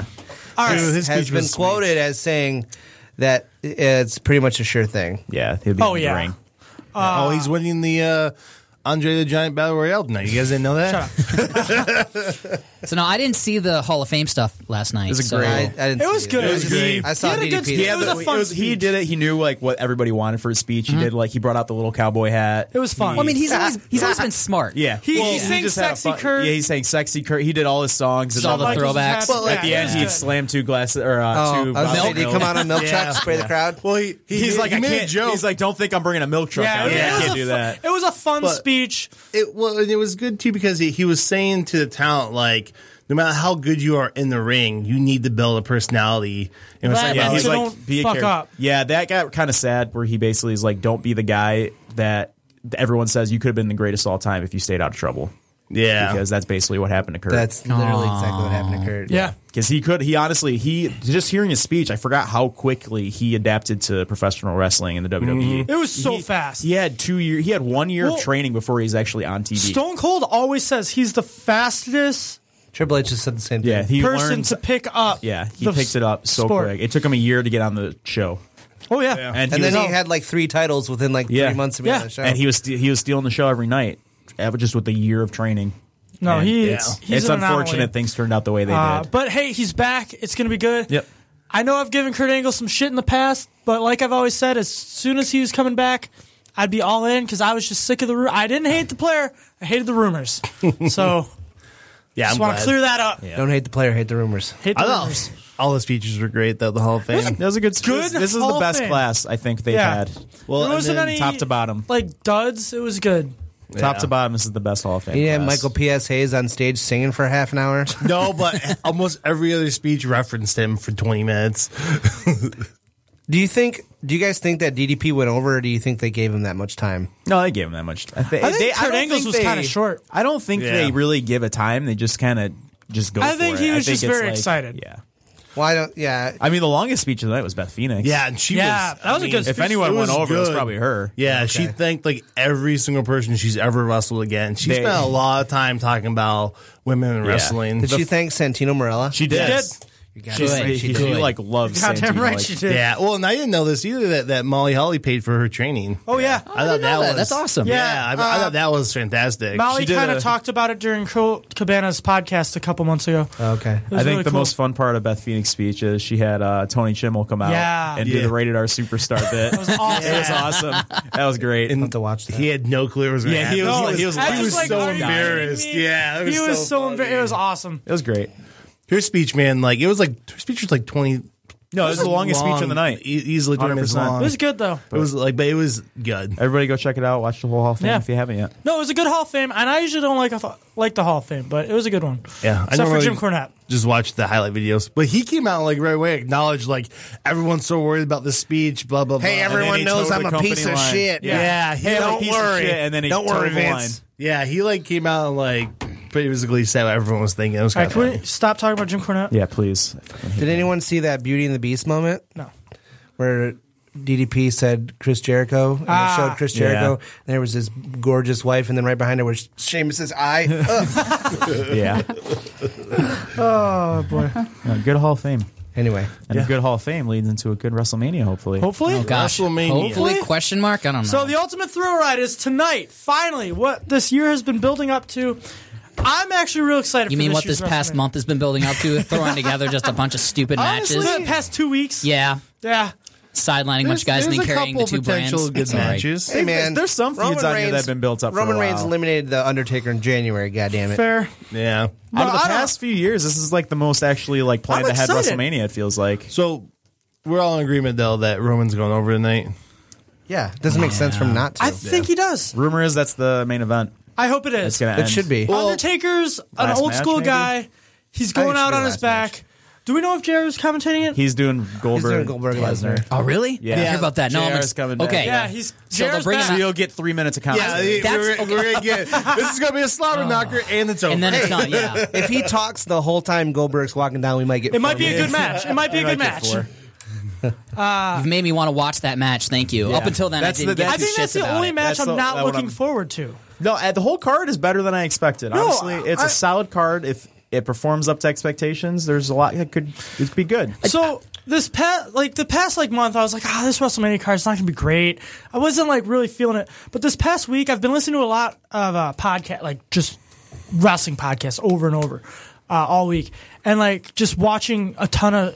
J: right.
G: has,
J: His
G: has
J: speech
G: been
J: was sweet.
G: quoted as saying that it's pretty much a sure thing.
I: Yeah, he'll
J: be Oh, in the yeah. ring. Ah.
H: oh, he's winning the uh, Andre the Giant Battle Royale tonight. You guys didn't know that?
O: so no, I didn't see the Hall of Fame stuff last night.
I: It was a
O: so-
I: great.
J: It was good.
G: It was great. I saw
J: He had a good
G: DDP.
J: speech. It was a fun
I: He did it. He knew like what everybody wanted for his speech. He did like he brought out the little cowboy hat.
J: It was fun.
O: Well, I mean, he's always he's always been smart.
I: Yeah,
J: He- he sang
I: just had a
J: Sexy
I: fun-
J: Kurt.
I: Yeah, he sang sexy Kurt. He did all his songs and
O: All
I: all
O: the
I: the
O: Michaels
I: throwbacks.
O: was happy.
I: At the
J: Yeah,
I: end,
J: it was
I: he'd
J: good.
I: slam two glasses or uh,
G: Oh,
I: two.
G: I was
I: bottles
G: gonna
I: of
G: say, did he
I: milk.
G: come out on milk
I: Yeah.
G: truck, spray the crowd?
H: Well, he, he-
I: He's
H: he
I: like, I
H: made a
I: can't-
H: joke.
I: He's like, don't think I'm bringing a milk truck
J: Yeah,
I: out.
J: it
I: here. I
J: was
I: can't
J: a
I: do
J: fu-
I: that.
J: It was a fun
H: But-
J: speech.
H: It well, and it was good too because he, he was saying to the talent like, no matter how good you are in the ring, you need to build a personality. And it was
J: Right,
H: like,
J: Yeah,
H: about,
J: he's
H: like,
J: like- don't fuck
I: character.
J: up.
I: Yeah, that got kind of sad where he basically is like, don't be the guy that everyone says you could have been the greatest all time if you stayed out of trouble.
H: Yeah.
I: because that's basically what happened to Kurt.
G: That's literally exactly what happened to Kurt.
J: Yeah.
I: because he could. He honestly, he just hearing his speech, I forgot how quickly he adapted to professional wrestling in the WWE.
J: It was so fast.
I: He had two year. He had one year
J: Mm-hmm. Well-
I: of training before he's actually on TV.
J: Stone Cold always says he's the fastest
G: Triple H just said the same thing.
I: yeah, he
J: person
I: learns.
J: to pick up.
I: yeah, he
J: the
I: picks it up so
J: sport.
I: quick. It took him a year to get on the show.
J: Oh yeah.
I: And,
G: and
I: he
G: then
I: was,
G: he had like three titles within like
I: Yeah.
G: three months of being
J: Yeah.
G: on the show.
I: and he was st- he was stealing the show every night, ev- just with a year of training.
J: No,
I: And
J: he-
I: It's,
J: he's
I: it's
J: an anomaly.
I: unfortunate things turned out the way they
J: Uh,
I: did.
J: but hey, he's back. It's gonna be good.
I: Yep.
J: I know I've given Kurt Angle some shit in the past, but like I've always said, as soon as he was coming back, I'd be all in because I was just sick of the. Ru- I didn't hate the player. I hated the rumors. So
H: yeah,
J: just
H: I'm
J: want
H: glad.
J: to clear that up.
G: Don't hate the player, hate the rumors.
J: Hate the
H: I
J: rumors.
H: thought all his speeches were great though. The Hall of Fame.
I: That was a good.
J: Good
I: this, this is
J: Hall
I: the
J: of
I: best
J: Fame.
I: class I think they've
J: Yeah.
I: had.
H: Well,
J: there
H: and
J: wasn't
H: then
J: any
I: top to bottom.
J: like duds. It was good.
I: Top to bottom, this is the best Hall of Fame.
G: Yeah,
I: class.
G: Michael P.S. Hayes on stage singing for half an hour.
H: No, but almost every other speech referenced him for 20 minutes.
G: Do you think? Do you guys think that DDP went over, or do you think they gave him that much time?
I: No, they gave him that much. I think,
G: I think
I: they,
G: Kurt
I: don't
G: Angle's
I: think
G: was
I: they-
G: kinda short.
I: I don't think
G: Yeah.
I: they really give a time. They just kind of just go.
J: I
I: for
J: think
I: it.
J: he was just
I: it's
J: very
I: like-
J: excited.
I: Yeah.
G: Well, I don't. Yeah.
I: I mean, the longest speech of the night was Beth Phoenix.
H: Yeah, and she was. I mean,
I: If anyone went over, it was
H: good.
I: probably her.
H: Yeah, she thanked like every single person she's ever wrestled against. She
I: They-
H: spent a lot of time talking about women and
I: Yeah.
H: wrestling.
G: Did
H: The
G: she
H: f-
G: thank Santino Morella?
H: She did. Yes.
G: You
H: She
G: gotta say
H: did.
G: she
H: She
G: did.
H: did.
J: Goddamn right she did.
H: Yeah. Well, and I didn't know this either that, that Molly Holly paid for her training.
J: Oh yeah,
H: I, thought that, was Yeah, I, I
I: uh,
H: thought that was fantastic.
J: Molly
H: She did
J: kind
H: a-
J: of talked about it during Cole Cabana's podcast a couple months ago.
I: Okay.
J: It
I: I
J: was
I: think
J: really
I: the
J: cool.
I: most fun part of Beth Phoenix speech is she had uh, Tony Chimmel come out
J: Yeah.
I: and do
J: Yeah.
I: the rated R superstar bit. that was
J: awesome.
I: It was awesome. That was great.
H: And
G: to watch that.
H: He had no clue it was. gonna
I: Yeah, he was-
H: happen.
I: he was-
H: he was,
I: I was like,
H: so
I: are you
H: embarrassed. Yeah, it
J: he was
H: so.
J: so embarrassed. It was awesome.
I: It was great.
H: Her speech, man, like it was like her speech was like twenty.
I: No, Oh, it was the longest speech of the night.
H: E- easily twenty minutes
I: 100%.
H: long.
I: It was
J: good though.
H: It was like, but it was good.
I: Everybody go check it out. Watch the whole Hall of Fame
J: Yeah.
I: if you haven't yet.
J: No, it was a good Hall of Fame, and I usually don't like a, like the Hall of Fame, but it was a good one.
H: Yeah,
J: except for
H: normally
J: Jim Cornette.
H: Just watch the highlight videos. But he came out like right away, acknowledged like everyone's so worried about this speech. Blah blah.
G: Hey,
H: blah.
G: everyone
H: And then he
G: knows
H: told
G: I'm
H: the
G: a
H: company
G: piece of
H: line.
G: shit.
H: Yeah,
G: Yeah.
H: he,
G: Hey, I'm a
H: like,
G: piece of shit,
I: and then he
H: don't
I: told
H: worry,
I: the
H: Vince. Yeah, he like came out and like basically said what everyone was thinking. It was
J: All
H: kind
J: right, can we stop talking about Jim Cornette?
I: Yeah, please.
G: Did anyone see that Beauty and the Beast moment?
J: No.
G: Where DDP said Chris Jericho and
J: Ah.
G: it showed Chris
I: Yeah.
G: Jericho and there was his gorgeous wife and then right behind her was Seamus's eye. Ugh.
I: Yeah.
J: Oh boy.
I: No, good Hall of Fame.
G: Anyway.
I: And a
J: Yeah.
I: good Hall of Fame leads into a good WrestleMania, hopefully.
J: Hopefully?
Q: Oh, gosh.
J: WrestleMania.
Q: Hopefully?
J: Hopefully?
Q: Question mark? I don't know.
J: So the ultimate thrill ride is tonight. Finally, what this year has been building up to. I'm actually real excited.
Q: you
J: for
Q: mean
J: this
Q: what this
J: year's
Q: past
J: WrestleMania.
Q: month has been building up to? throwing together just a bunch of stupid
J: Honestly, the
Q: matches?
J: past two weeks.
Q: Yeah.
J: Yeah.
Q: Sidelining a bunch
J: There's-
Q: of guys and then
J: there's a
Q: carrying the
J: couple
Q: two brands.
J: potential good
Q: It's all right.
J: matches.
G: Hey man,
I: there's some
G: Roman
I: feuds on here that
G: Reigns-
I: have been built up for a
G: Roman Reigns
I: while.
G: eliminated the Undertaker in January. God damn it.
J: Fair.
H: Yeah.
I: Out of the
H: I don't-
I: past few years, this is like the most actually like planned
H: I'm
I: ahead
H: excited.
I: WrestleMania. It feels like.
H: So we're all in agreement though that Roman's going over tonight.
G: Yeah, it doesn't make sense for him not to.
J: I think he does.
I: Rumor is that's the main event.
J: I hope it is.
I: It's gonna It end. should be. Well-
J: Undertaker's an
I: Last
J: old
I: match,
J: school
I: maybe?
J: guy. He's
I: I think
J: going
I: it should
J: out
I: be
J: on his
I: last
J: back. Do we know if Jared was commentating it?
I: He's doing Goldberg.
G: Goldberg
I: Lesnar.
Q: Oh, really?
I: Yeah.
Q: I didn't hear about that. No, I'm
I: JR's
Q: ex-
I: coming back.
Q: okay.
J: Yeah, he's-
Q: so they'll
J: JR's
Q: bring
J: back.
Q: him out.
I: You'll get three minutes of
H: Yeah,
I: commentary.
H: we're, we're gonna get this is gonna be a slobber knocker and it's over.
Q: Oh. And then it's not. Uh, Yeah.
G: if he talks the whole time Goldberg's walking down, we might get.
J: It might
G: four
J: be a good
G: minutes.
J: match. It might be a good match. Uh,
Q: You've made me want to watch that match. Thank you. Up until then, I didn't get
J: I think
Q: two
J: that's
Q: shits
J: the
Q: about
J: only
Q: it.
J: match
I: That's
J: I'm
I: the-
J: not
I: that one
J: looking
I: I'm-
J: forward to.
I: No, uh, the whole card is better than I expected.
J: No,
I: Honestly, it's a
J: I-
I: solid card. If it performs up to expectations, there's a lot that could it could be good.
J: So this past like the past like month, I was like, ah, this WrestleMania card's not gonna be great. I wasn't like really feeling it, but this past week, I've been listening to a lot of uh, podcast, like just wrestling podcasts over and over uh, all week, and like just watching a ton of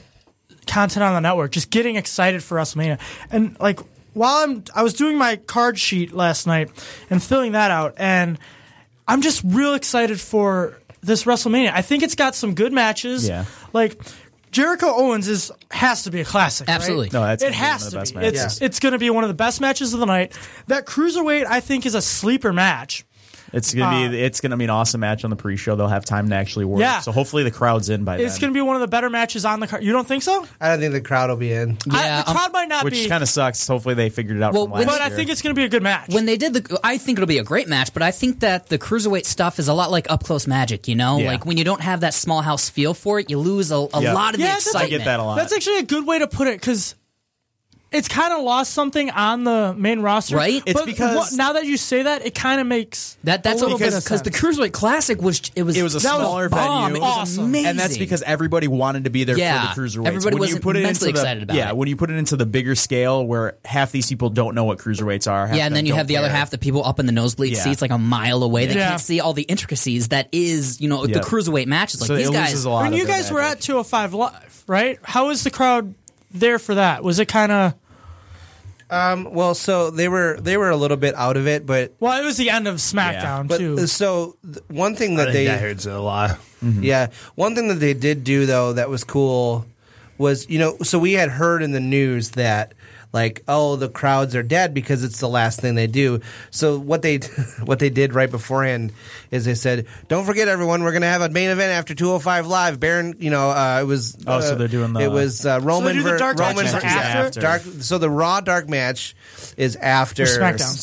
J: content on the network, just getting excited for WrestleMania, and like while I'm I was doing my card sheet last night and filling that out, and I'm just real excited for this WrestleMania. I think it's got some good matches.
I: Yeah.
J: Like Jericho Owens is has to be a classic. right?
Q: Absolutely.
I: No, that's
J: it
I: gonna be one
J: has
I: of
J: to
I: the best
J: be.
I: matches.
J: It's it's going to be one of the best matches of the night. That cruiserweight I think is a sleeper match.
I: It's gonna be it's gonna be an awesome match on the pre-show. They'll have time to actually work.
J: Uh, Yeah.
I: So hopefully the crowd's in by
J: It's
I: then.
J: going to be one of the better matches on the card. You don't think so?
G: I don't think the crowd will be in.
J: I- the crowd might not
I: which
J: be.
I: kind of sucks. Hopefully they figured it out
Q: Well,
I: from last
Q: when-
J: But I
I: year.
J: think it's going to be a good match.
Q: When they did the, I think it'll be a great match, but I think that the cruiserweight stuff is a lot like up close magic. You know,
I: Yeah.
Q: like when you don't have that small house feel for it, you lose a, a
I: Yeah.
Q: lot of the
J: Oh, Yeah, that's
Q: excitement.
I: I get that a lot.
J: That's actually a good way to put it because it's kind of lost something on the main roster,
Q: Right? It's
J: But
Q: because-
J: what- now that you say that, it kind of makes
Q: That that's
J: a little
Q: because
J: bit of
Q: because
J: sense.
Q: the cruiserweight classic was it was
I: it was a
Q: that
I: smaller
Q: bomb.
I: venue,
Q: It was amazing.
I: and that's because everybody wanted to be there
Q: Yeah.
I: for the cruiserweights.
Q: Everybody
I: when
Q: was
I: you put it into
Q: immensely
I: the,
Q: excited about
I: yeah,
Q: it.
I: when you put it into the bigger scale where half these people don't know what cruiserweights are. half
Q: yeah, and
I: them
Q: then you
I: don't
Q: have the other
I: care.
Q: half the people up in the nosebleed
I: Yeah.
Q: seats, like a mile away. They
I: Yeah.
Q: can't see all the intricacies that is, you know, the
I: Yep.
Q: cruiserweight matches. Like
I: So
Q: these
I: it
Q: guys,
I: loses a lot
J: when
I: of
J: you
I: their
J: guys were at 205 live, right? How was the crowd there for that? Was it kind of
G: Um, well, so they were they were a little bit out of it, but
J: well? It was the end of SmackDown
G: but
J: too.
G: so th- one thing that
H: I
G: they
H: think that hurts a lot.
I: Mm-hmm.
G: yeah one thing that they did do though that was cool was you know so we had heard in the news that like, oh, the crowds are dead because it's the last thing they do. So what they what they did right beforehand is they said, don't forget everyone, we're gonna have a main event after 205 live. Baron, you know, uh, it was
I: Oh, so
G: uh,
I: they're doing the-
G: it was uh,
I: So they
G: Roman
I: do the
G: ver-
I: dark
G: Roman
I: matches after?
G: dark. So the Raw dark match is after
J: Or SmackDown.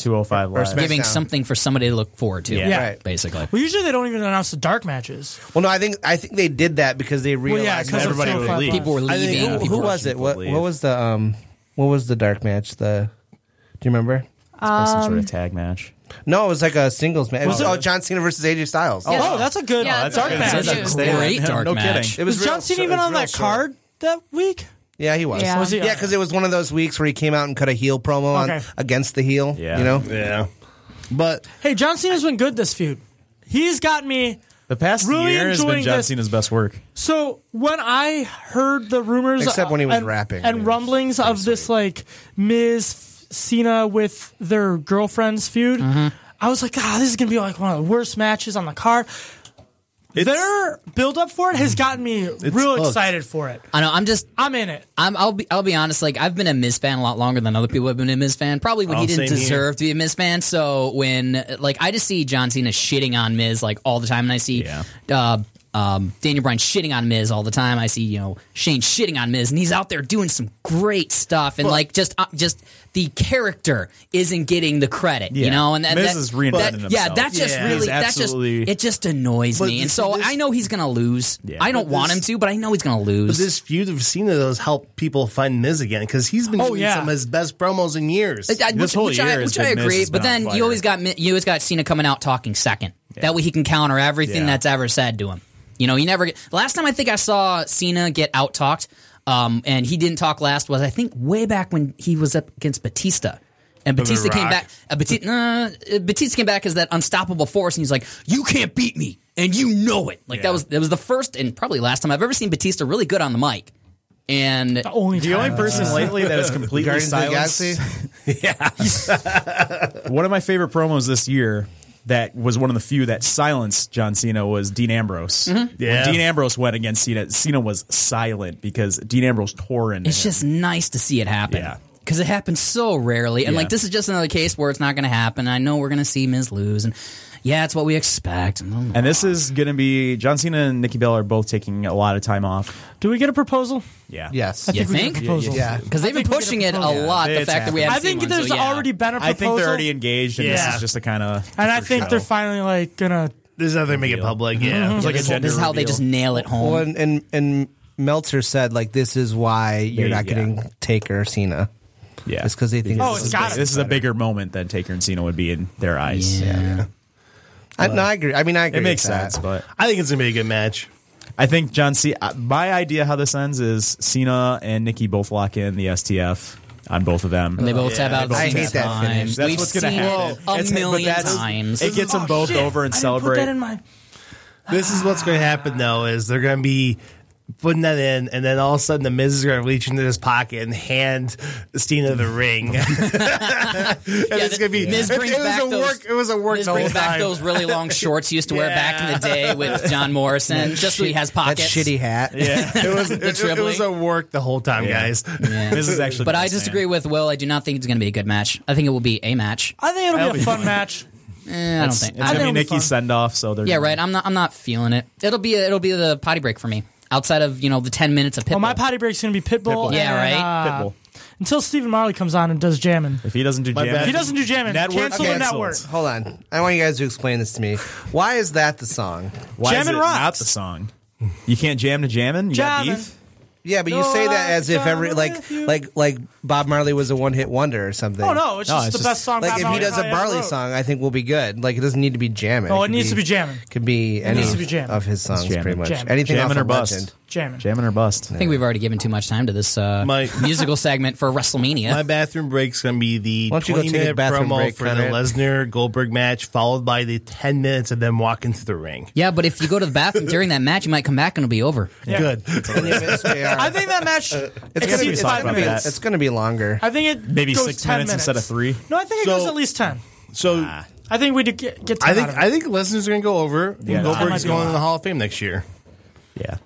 G: Or
I: 205
J: Live. Giving
G: SmackDown.
J: something for somebody to look forward to.
G: Yeah. Yeah. Right.
J: Basically.
B: Well, usually they don't even announce the dark matches.
G: Well, no, I think I think they did that because they
B: Well,
G: realized
B: yeah, 'cause of Oh, Everybody would 205 leave.
J: People were
G: I think-
J: leaving.
G: who-
J: People
G: who
J: were
G: was
J: watching
G: it? What,
J: people
G: what was the um? What was the dark match? The do you remember?
L: some sort of Um,
I: tag match.
G: No, it was like a singles match. It Was
I: Was it-
G: oh, John Cena versus AJ Styles.
B: Oh, that's a good
L: Yeah, that's
B: dark
L: a good
B: match.
L: match. That's a They-
G: great dark no match. kidding. It
B: It
G: was
B: was,
G: real
B: John Cena
G: short-
B: even
G: it was
B: on
G: real
B: that
G: short.
B: card that week?
G: Yeah, he was.
B: Yeah. Was he-
G: yeah, because it was one of those weeks where he came out and cut a heel promo on,
B: Okay.
G: against the heel. You know?
H: Yeah. But
B: hey, John Cena's been good this feud. He's got me.
I: The past
B: really
I: year has
B: enjoying
I: been John
B: this.
I: Cena's best work.
B: So when I heard the rumors,
I: Except when he was
B: and,
I: rapping.
B: and rumblings of this like Ms. Cena with their girlfriends feud, I was like, ah, this is gonna be like one of the worst matches on the card. their build up for it has gotten me real
J: hooked.
B: excited for it.
J: I know. I'm just.
B: I'm in it.
J: I'm, I'll be. I'll be honest. Like I've been a Miz fan a lot longer than other people have been a Miz fan. Probably when
B: Oh,
J: he didn't
B: same here.
J: deserve to be a Miz fan. So when like I just see John Cena shitting on Miz like all the time, and I see uh, um, Daniel Bryan shitting on Miz all the time. I see you know Shane shitting on Miz, and he's out there doing some great stuff. And like just uh, just the character isn't getting the credit, you
I: Yeah.
J: know. And
I: Miz
J: that,
I: is reinventing
J: that- Yeah,
I: himself.
J: that just
I: Yeah.
J: really
I: He's
J: that just
I: absolutely-
J: it just annoys
H: But
J: me. And
H: this-
J: so
H: this-
J: I know he's gonna lose. I don't
H: But
J: want
H: this-
J: him to, but I know he's gonna lose.
H: But this feud of Cena though has helped people find Miz again because he's been
J: Oh,
H: doing
J: yeah.
H: some of his best promos in years.
J: Uh, I- which, which I, which I agree, but then you always got Mi- you always got Cena coming out talking second. That way he can counter everything
H: Yeah.
J: that's ever said to him. You know, you never get. the Last time I think I saw Cena get out talked, um, and he didn't talk last was I think way back when he was up against Batista. And
R: The
J: Batista came
R: Rock.
J: back. Uh, Batista, uh, Batista came back as that unstoppable force, and he's like, "You can't beat me, and you know it." Like that was that was the first and probably last time I've ever seen Batista really good on the mic. And the
B: only,
I: The only person lately that is completely silenced. one of my favorite promos this year that was one of the few that silenced John Cena was Dean Ambrose.
B: Mm-hmm.
J: Mhm. Yeah.
I: When Dean Ambrose went against Cena, Cena was silent because Dean Ambrose tore in
J: It's just nice to see it happen. Because it happens so rarely. And
I: Yeah.
J: like, this is just another case where it's not going to happen. I know we're going to see Miz lose. And yeah, it's what we expect. And
I: And this is going to be John Cena and Nikki Bella are both taking a lot of time off.
B: Do we get a proposal?
I: Yeah.
G: Yes.
B: I think we get a proposal.
J: Because they've been pushing it a
B: proposal.
J: lot, the
I: It's
J: fact that we
I: happening.
J: haven't
B: I think
J: seen one,
B: there's
J: so, yeah.
B: already been a
I: I think they're
B: proposal.
I: already engaged, and this
B: Yeah.
I: is just a kind of.
B: And I think
I: show.
B: they're finally like gonna.
H: This is how they make it public. Yeah,
I: It's like a gender reveal.
J: nail it home.
G: Well, and, and, and Meltzer said, like, this is why you're
I: Yeah,
G: not
I: yeah.
G: getting Taker Cena.
I: Yeah.
G: It's because they think
B: Oh,
I: Because
G: this is
I: this is a bigger moment than Taker and Cena would be in their eyes.
G: Yeah. I, no, I agree. I mean, I agree.
I: It makes
G: with that.
I: sense, but
H: I think it's gonna be a good match.
I: I think John C. uh, My idea how this ends is Cena and Nikki both lock in the STF on both of them.
J: And they both
I: Yeah,
J: tap out at the
I: both
J: same
I: tap
J: time.
I: out. That's
J: We've
I: what's going
J: seen
I: to happen.
J: it
I: It's-
J: a
I: but
J: million
I: that's-
J: times.
I: It
B: Oh,
I: gets them both over and
H: put that
I: celebrate.
H: in
B: my.
H: This is what's going to happen though is they're going to be putting that in, and then all of a sudden the Miz is going to reach into his pocket and hand Cena the ring.
J: yeah,
H: it's gonna be-
J: Miz
H: it-
J: brings
H: it was
J: back
H: a
J: those,
H: work- it was a work
J: Miz
H: the whole
J: brings back
H: time.
J: those really long shorts he used to wear back in the day with John Morrison,
H: That
J: just so he
H: shit-
J: has
H: that
J: pockets.
G: shitty hat.
H: Yeah, it was it,
J: The
H: it was
J: dribbling.
H: a work the whole time, guys.
I: This is actually,
J: But I disagree with Will. I do not think it's going to be a good match. I think it will be a match.
B: I think it'll
J: That'll
B: be
J: be
B: a fun
J: fun.
B: match.
J: Eh, I don't
I: It's-
J: think.
I: it's
J: I
I: gonna be
J: think
I: Nikki's send off, so they're
J: Yeah,
I: gonna-
J: right. I'm not. I'm not feeling it. It'll be. A, it'll be the potty break for me. Outside of you know the ten minutes of pit.
B: Well, my potty break's gonna be Pitbull.
J: Pitbull. Yeah,
B: and,
J: right?
B: uh,
J: Pitbull.
B: Until Stephen Marley comes on and does jamming.
I: If he doesn't do
B: My
I: jamming,
B: bad. He doesn't do jamming. Cancel the network.
G: Hold on. I want you guys to explain this to me. Why is that the song?
I: Why is
G: Jammin'
I: it not the song? You can't jam to jammin'? You got beef?
G: Yeah, but you say that as if every like like like Bob Marley was a one hit wonder or something.
B: Oh, no, it's No, just it's the just- best song
G: Like
B: Bob
G: if
B: Marley
G: he does a
B: probably ever
G: Barley
B: wrote.
G: song, I think we'll be good. Like it doesn't need to be jamming.
B: Oh, it
G: could
B: needs to be jamming.
G: Could be any
B: needs to be jamming.
G: of his
B: It's
G: songs,
I: jamming.
G: pretty much.
I: Jamming.
G: Anything
I: Jamming
G: off
I: or
G: of
I: bust.
G: Legend.
B: Jamming.
I: Jamming or bust.
J: I think we've already given too much time to this uh, musical segment for WrestleMania.
H: My bathroom break's gonna be the
J: Why don't you go
H: 20
J: take a
H: minute
J: bathroom
H: promo
J: break,
H: for the
J: Conrad?
H: Lesnar Goldberg match, followed by the 10 minutes of them walking to the ring.
J: yeah, but if you go to the bathroom during that match, you might come back and it'll be over.
H: Good.
B: I think that match.
G: It's
B: exceeds
G: gonna be, it's
B: five
G: gonna be,
B: minutes.
G: it's gonna be longer.
B: I think it
I: Maybe
B: goes
I: six
B: 10
I: minutes instead of three? ah.
B: No, I think it goes at least ten.
H: So
B: I think we do get, get 10
H: I think
B: out of it.
H: I think Lesnar's gonna go over. and
I: Yeah, that might
H: Goldberg's
I: be
H: going
I: a
H: in
I: lot.
H: the Hall of Fame next year.
I: Yeah.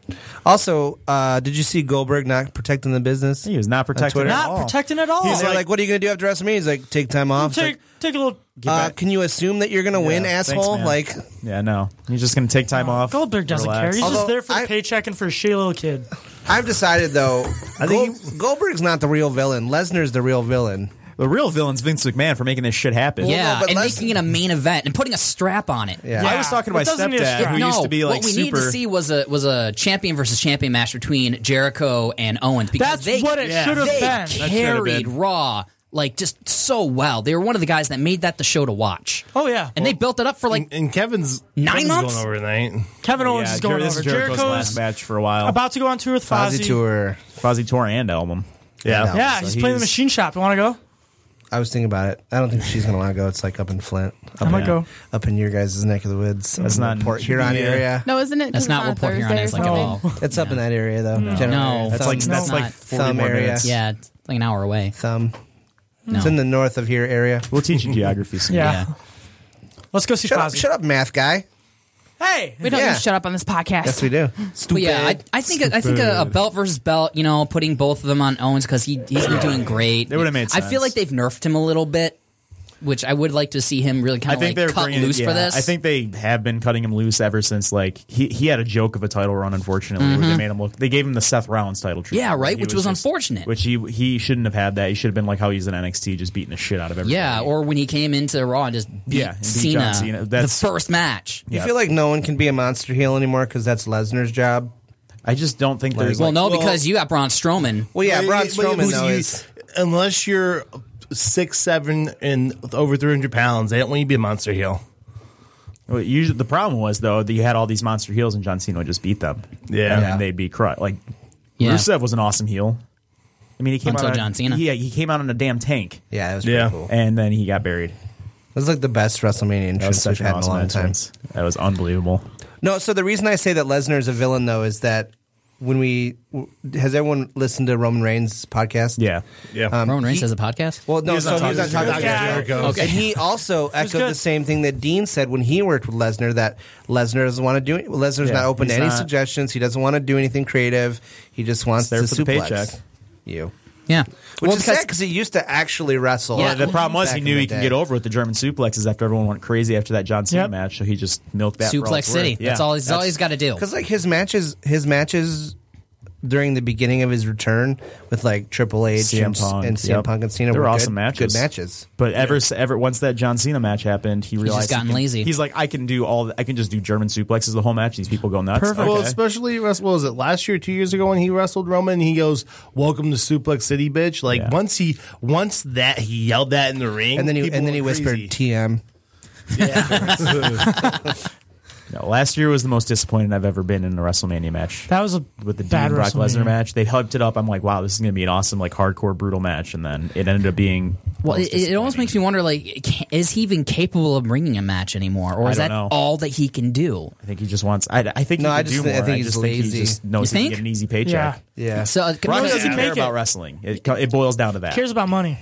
G: Also, uh, did you see Goldberg not protecting the business? He
I: was not
L: protecting at Not all. protecting at all.
G: He's
L: He's
G: like,
L: like-
G: "What are you going to do after WrestleMania?" He's like, "Take time off." It's
L: Take,
G: like,
L: take a little.
G: uh, can you assume that you're going to win,
I: thanks,
G: asshole?
I: man.
G: like,
I: yeah, no, he's just gonna take time off.
B: Oh, Goldberg doesn't care. He's just there for the paycheck and for a shitty little kid.
G: I've decided though, Gold- Goldberg's not the real villain. Lesnar's the real villain.
I: The real villain's Vince McMahon for making this shit happen.
J: yeah, and making it a main event and putting a strap on it.
I: Yeah. I was talking to my
J: It doesn't need a
I: stepdad
J: strap.
I: who
J: no,
I: used to be, like,
J: what we need
I: super-
J: to see was a was a champion versus champion match between Jericho and Owens because
B: That's
J: they
B: what it Yeah. should have
J: they
B: been. That should have
J: Carried
B: been.
J: Raw like just so well. They were one of the guys that made that the show to watch.
B: Oh yeah,
J: and they built it up for like
H: and Kevin's
J: nine
H: Kevin's
J: months.
H: going overnight.
B: Kevin Owens is going over. Jericho's,
I: last match for a while.
B: about to go on tour with Fozzy.
G: tour,
I: Fozzy tour, and album.
G: Yeah.
B: Yeah, he's, playing the Machine Shop. You want to go?
G: I was thinking about it. I don't think she's going to want to go. It's like up in Flint. Up
B: I might
G: in- uh,
B: go. Mm-hmm.
G: up in your guys' neck of the woods.
I: That's
G: in the
I: not in-
G: Port Huron
I: yeah.
G: area.
L: No, isn't it? 'cause
J: That's
L: it's
J: not
L: on
J: what
L: a
J: Port Huron
L: Thursday
J: is
L: or
J: like at
L: something?
J: all.
G: It's up in that area though.
J: No,
G: general
J: no
G: area.
J: that's
G: Thumb-
J: like that's like forty
G: thumb
J: more
G: area.
J: minutes. Yeah, it's like an hour away.
G: Thumb.
J: No.
G: It's in the north of here area.
I: We'll teach you geography.
B: Yeah. Let's go see
G: shut up, shut up, math guy.
B: Hey,
L: we don't
G: Yeah.
L: use shut up on this podcast.
G: Yes, we do.
J: But
G: Stupid.
J: yeah, I, I think I think a, a belt versus belt, you know, putting both of them on Owens because he he's been doing great.
I: It would've made
J: I
I: sense.
J: feel like they've nerfed him a little bit, which I would like to see him really
I: I
J: kind of
I: think
J: like
I: they're
J: cut
I: bringing
J: loose
I: yeah,
J: for this.
I: I think they have been cutting him loose ever since like he, he had a joke of a title run. Unfortunately, where they
J: Mhm.
I: made him look. They gave him the Seth Rollins title treatment.
J: Yeah, right,
I: He
J: which was
I: just-
J: unfortunate.
I: Which he he shouldn't have had that. He should have been like how he's in NXT, just beating the shit out of everyone.
J: yeah, or when he came into Raw and just beat
I: Yeah, and beat
J: Cena,
I: John Cena. That's-
J: the first match.
G: You feel like no one can be a monster heel anymore because that's Lesnar's job.
I: I just don't think
J: well, no, because you got Braun Strowman.
G: Well, yeah, Braun Strowman
H: who's
G: though
H: you-
G: is.
H: unless you're six, seven, and over three hundred pounds, they don't want you to be a monster heel.
I: Well, usually the problem was though that you had all these monster heels and John Cena would just beat them.
H: Yeah.
I: and
H: Yeah.
I: then they'd be cru- like
H: Yeah.
I: Rusev was an awesome heel. I mean, he came
J: Until
I: out on-
J: John Cena.
I: Yeah, he came out in a damn tank.
G: Yeah, it was
I: Yeah.
G: pretty cool.
I: and then he got buried.
G: It was like the best WrestleMania
I: That was
G: entrance we've
I: such an
G: had in a
I: awesome
G: long time.
I: entrance. That was unbelievable.
G: No, so the reason I say that Lesnar is a villain though is that when we w- has everyone listened to Roman Reigns' podcast?
I: Yeah,
H: yeah.
J: Roman Reigns has a podcast.
G: Well, no,
J: He was
G: so
J: on
G: he was on
J: Talking
G: Talking
J: to
G: Jericho.
J: Jericho. Okay.
G: And he also echoed the same thing that Dean said when he worked with Lesnar that Lesnar doesn't want to do it. Lesnar's
I: Yeah,
G: not open to
I: he's
G: any
I: not-
G: suggestions. He doesn't want to do anything creative. He just wants
I: there
G: to
I: for the
G: suplex.
I: paycheck.
G: You.
J: Yeah.
G: Which
I: Well,
G: is
I: because-
G: sad because he used to actually wrestle.
I: Yeah, the problem was
G: back
I: he
G: in
I: knew
G: the
I: he could
G: day.
I: get over with the German suplexes after everyone went crazy after that John Cena
G: Yep.
I: match, so he just milked that. for all
J: Suplex
I: it's
J: City.
I: worth.
J: That's
I: Yeah.
J: all. That's, all he's got to do.
G: Because like his matches, his matches during the beginning of his return with like Triple H and,
I: CM Punk
G: and CM
I: yep.
G: Punk and Cena
I: They
G: were
I: were
G: good-
I: awesome matches.
G: Good matches.
I: But ever ever once that John Cena match happened, he
J: just
I: realized
J: gotten
I: he can-
J: lazy.
I: He's like, I can do all. I can just do German suplexes the whole match. These people go nuts.
H: Perfect. Well,
I: Okay.
H: especially what was it last year, two years ago when he wrestled Roman? He goes, "Welcome to Suplex City, bitch!" Like once he, once that he yelled that in the ring,
G: And then he
H: people
G: and then he
H: went
G: whispered
H: crazy.
G: TM.
I: No, last year was the most disappointed I've ever been in a WrestleMania match.
B: That was a
I: with the Dean
B: bad
I: Brock Lesnar
B: WrestleMania.
I: match. They hyped it up. I'm like, wow, this is going to be an awesome, like hardcore, brutal match, and then it ended up being.
J: well, it, it almost makes me wonder, like, can, is he even capable of bringing a match anymore, or
I: I
J: is
I: don't
J: that
I: know.
J: all that he can do?
I: I think he just wants. I, I think
J: No,
I: he
J: I
I: could
J: just
I: do
J: thi- I
I: more.
J: think
I: I just
J: he's
I: think
J: lazy.
I: he just knows
J: You
I: he can
J: think?
I: get an easy paycheck.
J: Yeah. Yeah. So, uh,
I: Brock
J: Brock
I: doesn't
J: doesn't
I: care
J: make
I: about
J: it.
I: wrestling. It, co- it boils down to that.
B: Cares about money.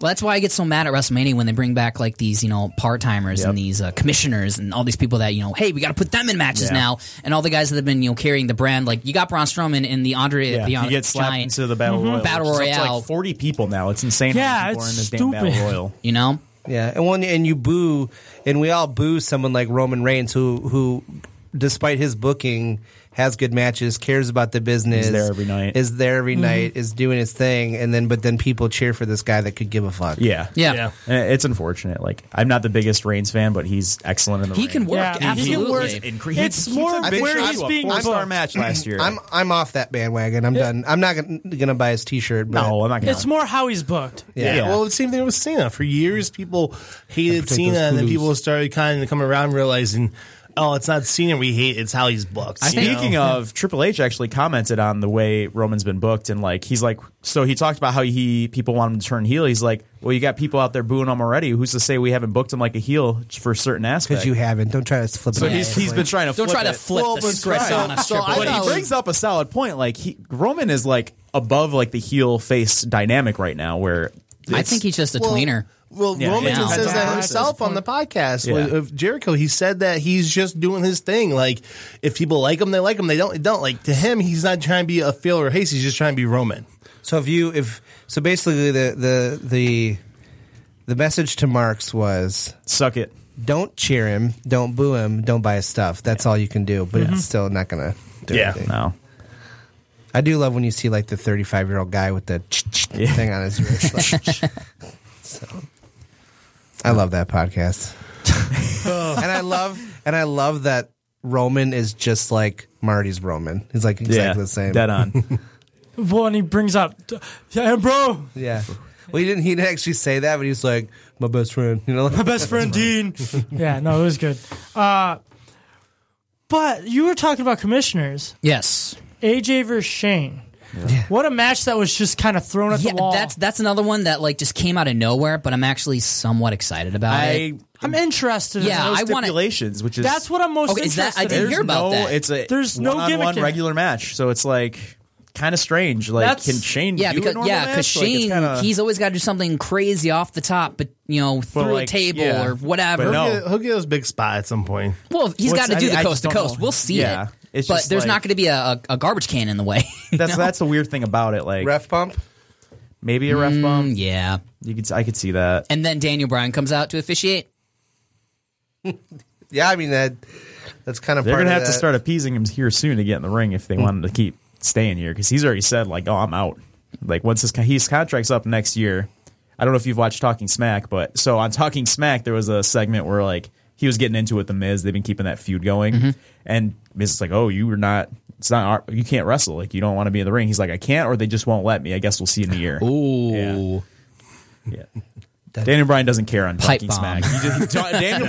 J: Well, that's why I get so mad at WrestleMania when they bring back like these, you know, part timers and these uh, commissioners and all these people that you know, hey, we got to put them in matches
I: Yeah.
J: now, and all the guys that have been you know carrying the brand. Like you got Braun Strowman in the Andre
I: Yeah,
J: the
I: he gets slapped
J: Giant Mm-hmm.
I: into the battle royal.
J: battle
I: which is up to,
J: royale.
I: like forty people now. It's insane.
J: Yeah,
I: how many people
J: it's
I: are in this damn
J: stupid.
I: battle royal.
J: you know,
G: Yeah, and one and you boo, and we all boo someone like Roman Reigns who who, despite his booking, has good matches, cares about the business,
I: there every night.
G: is there every
I: Mhm.
G: night, is doing his thing, and then but then people cheer for this guy that could give a fuck.
I: Yeah,
J: Yeah. Yeah.
I: And It's unfortunate. Like I'm not the biggest Reigns fan, but he's excellent in the
J: He
I: ring.
J: can work, Yeah. absolutely.
I: He can work.
B: It's more
I: a big
B: where
I: shot
B: he's
I: to a
B: being
I: four-star
B: booked.
I: match last year.
G: I'm I'm off that bandwagon. I'm done. I'm not gonna, gonna buy his T-shirt. But
I: No, I'm not
B: It's more how he's booked.
G: Yeah.
H: Yeah. Well, it's the same thing with Cena. For years, people hated
G: protect
H: Cena,
G: those
H: and then
G: kudos.
H: people started kind of coming around realizing, oh, it's not Cena we hate; it's how he's booked. you
I: Speaking
H: know?
I: of, Triple H actually commented on the way Roman's been booked, and like he's like, so he talked about how he people want him to turn heel. He's like, well, you got people out there booing him already. Who's to say we haven't booked him like a heel for certain aspects?
G: because you haven't. Don't try to flip it.
I: So
G: on
I: he's,
G: Triple
I: he's
G: H.
I: been trying to
J: Don't
I: flip
J: try to
I: it.
J: flip Well, the but script try- on a
I: so
J: Triple
I: I
J: H.
I: thought- he brings up a solid point. Like he, Roman is like above like the heel face dynamic right now, where
J: I
I: it's-
J: think he's just a tweener.
H: Well,
I: Yeah,
H: Romanton
I: yeah.
H: says
I: That's
H: that
I: awesome.
H: himself on the podcast
I: Yeah.
H: with- of Jericho. He said that he's just doing his thing. Like, if people like him, they like him. They don't, they don't. Like, to him, he's not trying to be a Phil or Hayes. He's just trying to be Roman.
G: So if you if so basically the the the the message to Marx was
I: suck it.
G: Don't cheer him. Don't boo him. Don't buy his stuff. That's all you can do. But
I: Mhm.
G: it's still not gonna. Do
I: Yeah.
G: anything.
I: No.
G: I do love when you see like the thirty-five year old guy with the thing on his wrist. like, so, I love that podcast. and I love and I love that Roman is just like Marty's Roman. He's like exactly
I: Yeah,
G: the same.
I: dead on.
B: Well, and he brings up, yeah, bro,
G: Yeah. Well, he didn't. He didn't actually say that, but he's like my best friend. You know, like,
B: my best friend Dean. yeah, no, it was good. Uh, but you were talking about commissioners.
J: Yes.
B: AJ versus Shane. What a match that was just kind of thrown at
J: Yeah,
B: the wall.
J: that's that's another one that like just came out of nowhere, but I'm actually somewhat excited about it.
B: I'm interested.
J: Yeah,
B: in
J: I
B: want
J: want
I: stipulations, which is
B: That's what I'm most
J: Okay, is that- I
B: interested
J: didn't
B: in.
J: hear about
I: no,
J: that.
I: It's a
B: There's no
I: one
B: gimmick in it.
I: regular match, so it's like kind of strange. Like,
J: That's-
I: can Shane?
J: Yeah,
I: do a
J: because
I: normal
J: yeah,
I: match?
J: because
I: Like, it's
J: Shane,
I: kinda-
J: he's always got to do something crazy off the top, but you know,
I: But,
J: through
I: like,
J: a table
I: yeah.
J: or whatever.
H: He'll get- he'll get his big spot at some point.
J: Well, he's
I: What's-
J: got to
I: I
J: do
I: mean, I
J: the coast
I: just
J: to
I: don't
J: coast.
I: know.
J: We'll see
I: Yeah,
J: it,
I: it's
J: but
I: just
J: there's
I: like-
J: not going to be a, a, a garbage can in the way.
I: That's that's the weird thing about it. Like
G: ref pump,
I: maybe a ref
J: Mm.
I: bump.
J: Yeah,
I: you could. I could see that.
J: And then Daniel Bryan comes out to officiate.
G: yeah, I mean that. That's kind of
I: They're
G: part
I: gonna
G: of
I: have to
G: that.
I: start appeasing him here soon to get in the ring if they
G: Hmm.
I: wanted to keep staying here because he's already said like, "Oh, I'm out." Like once his con- his contract's up next year, I don't know if you've watched Talking Smack, but so on Talking Smack there was a segment where like he was getting into it with the Miz. They've been keeping that feud going,
G: Mm-hmm.
I: and Miz is like, "Oh, you are not. It's not. Our, you can't wrestle. Like you don't want to be in the ring." He's like, "I can't, or they just won't let me. I guess we'll see in the year." Ooh. Yeah. Daniel Bryan doesn't care on
G: Pipe
I: Talking
G: bomb.
I: Smack. He just, Daniel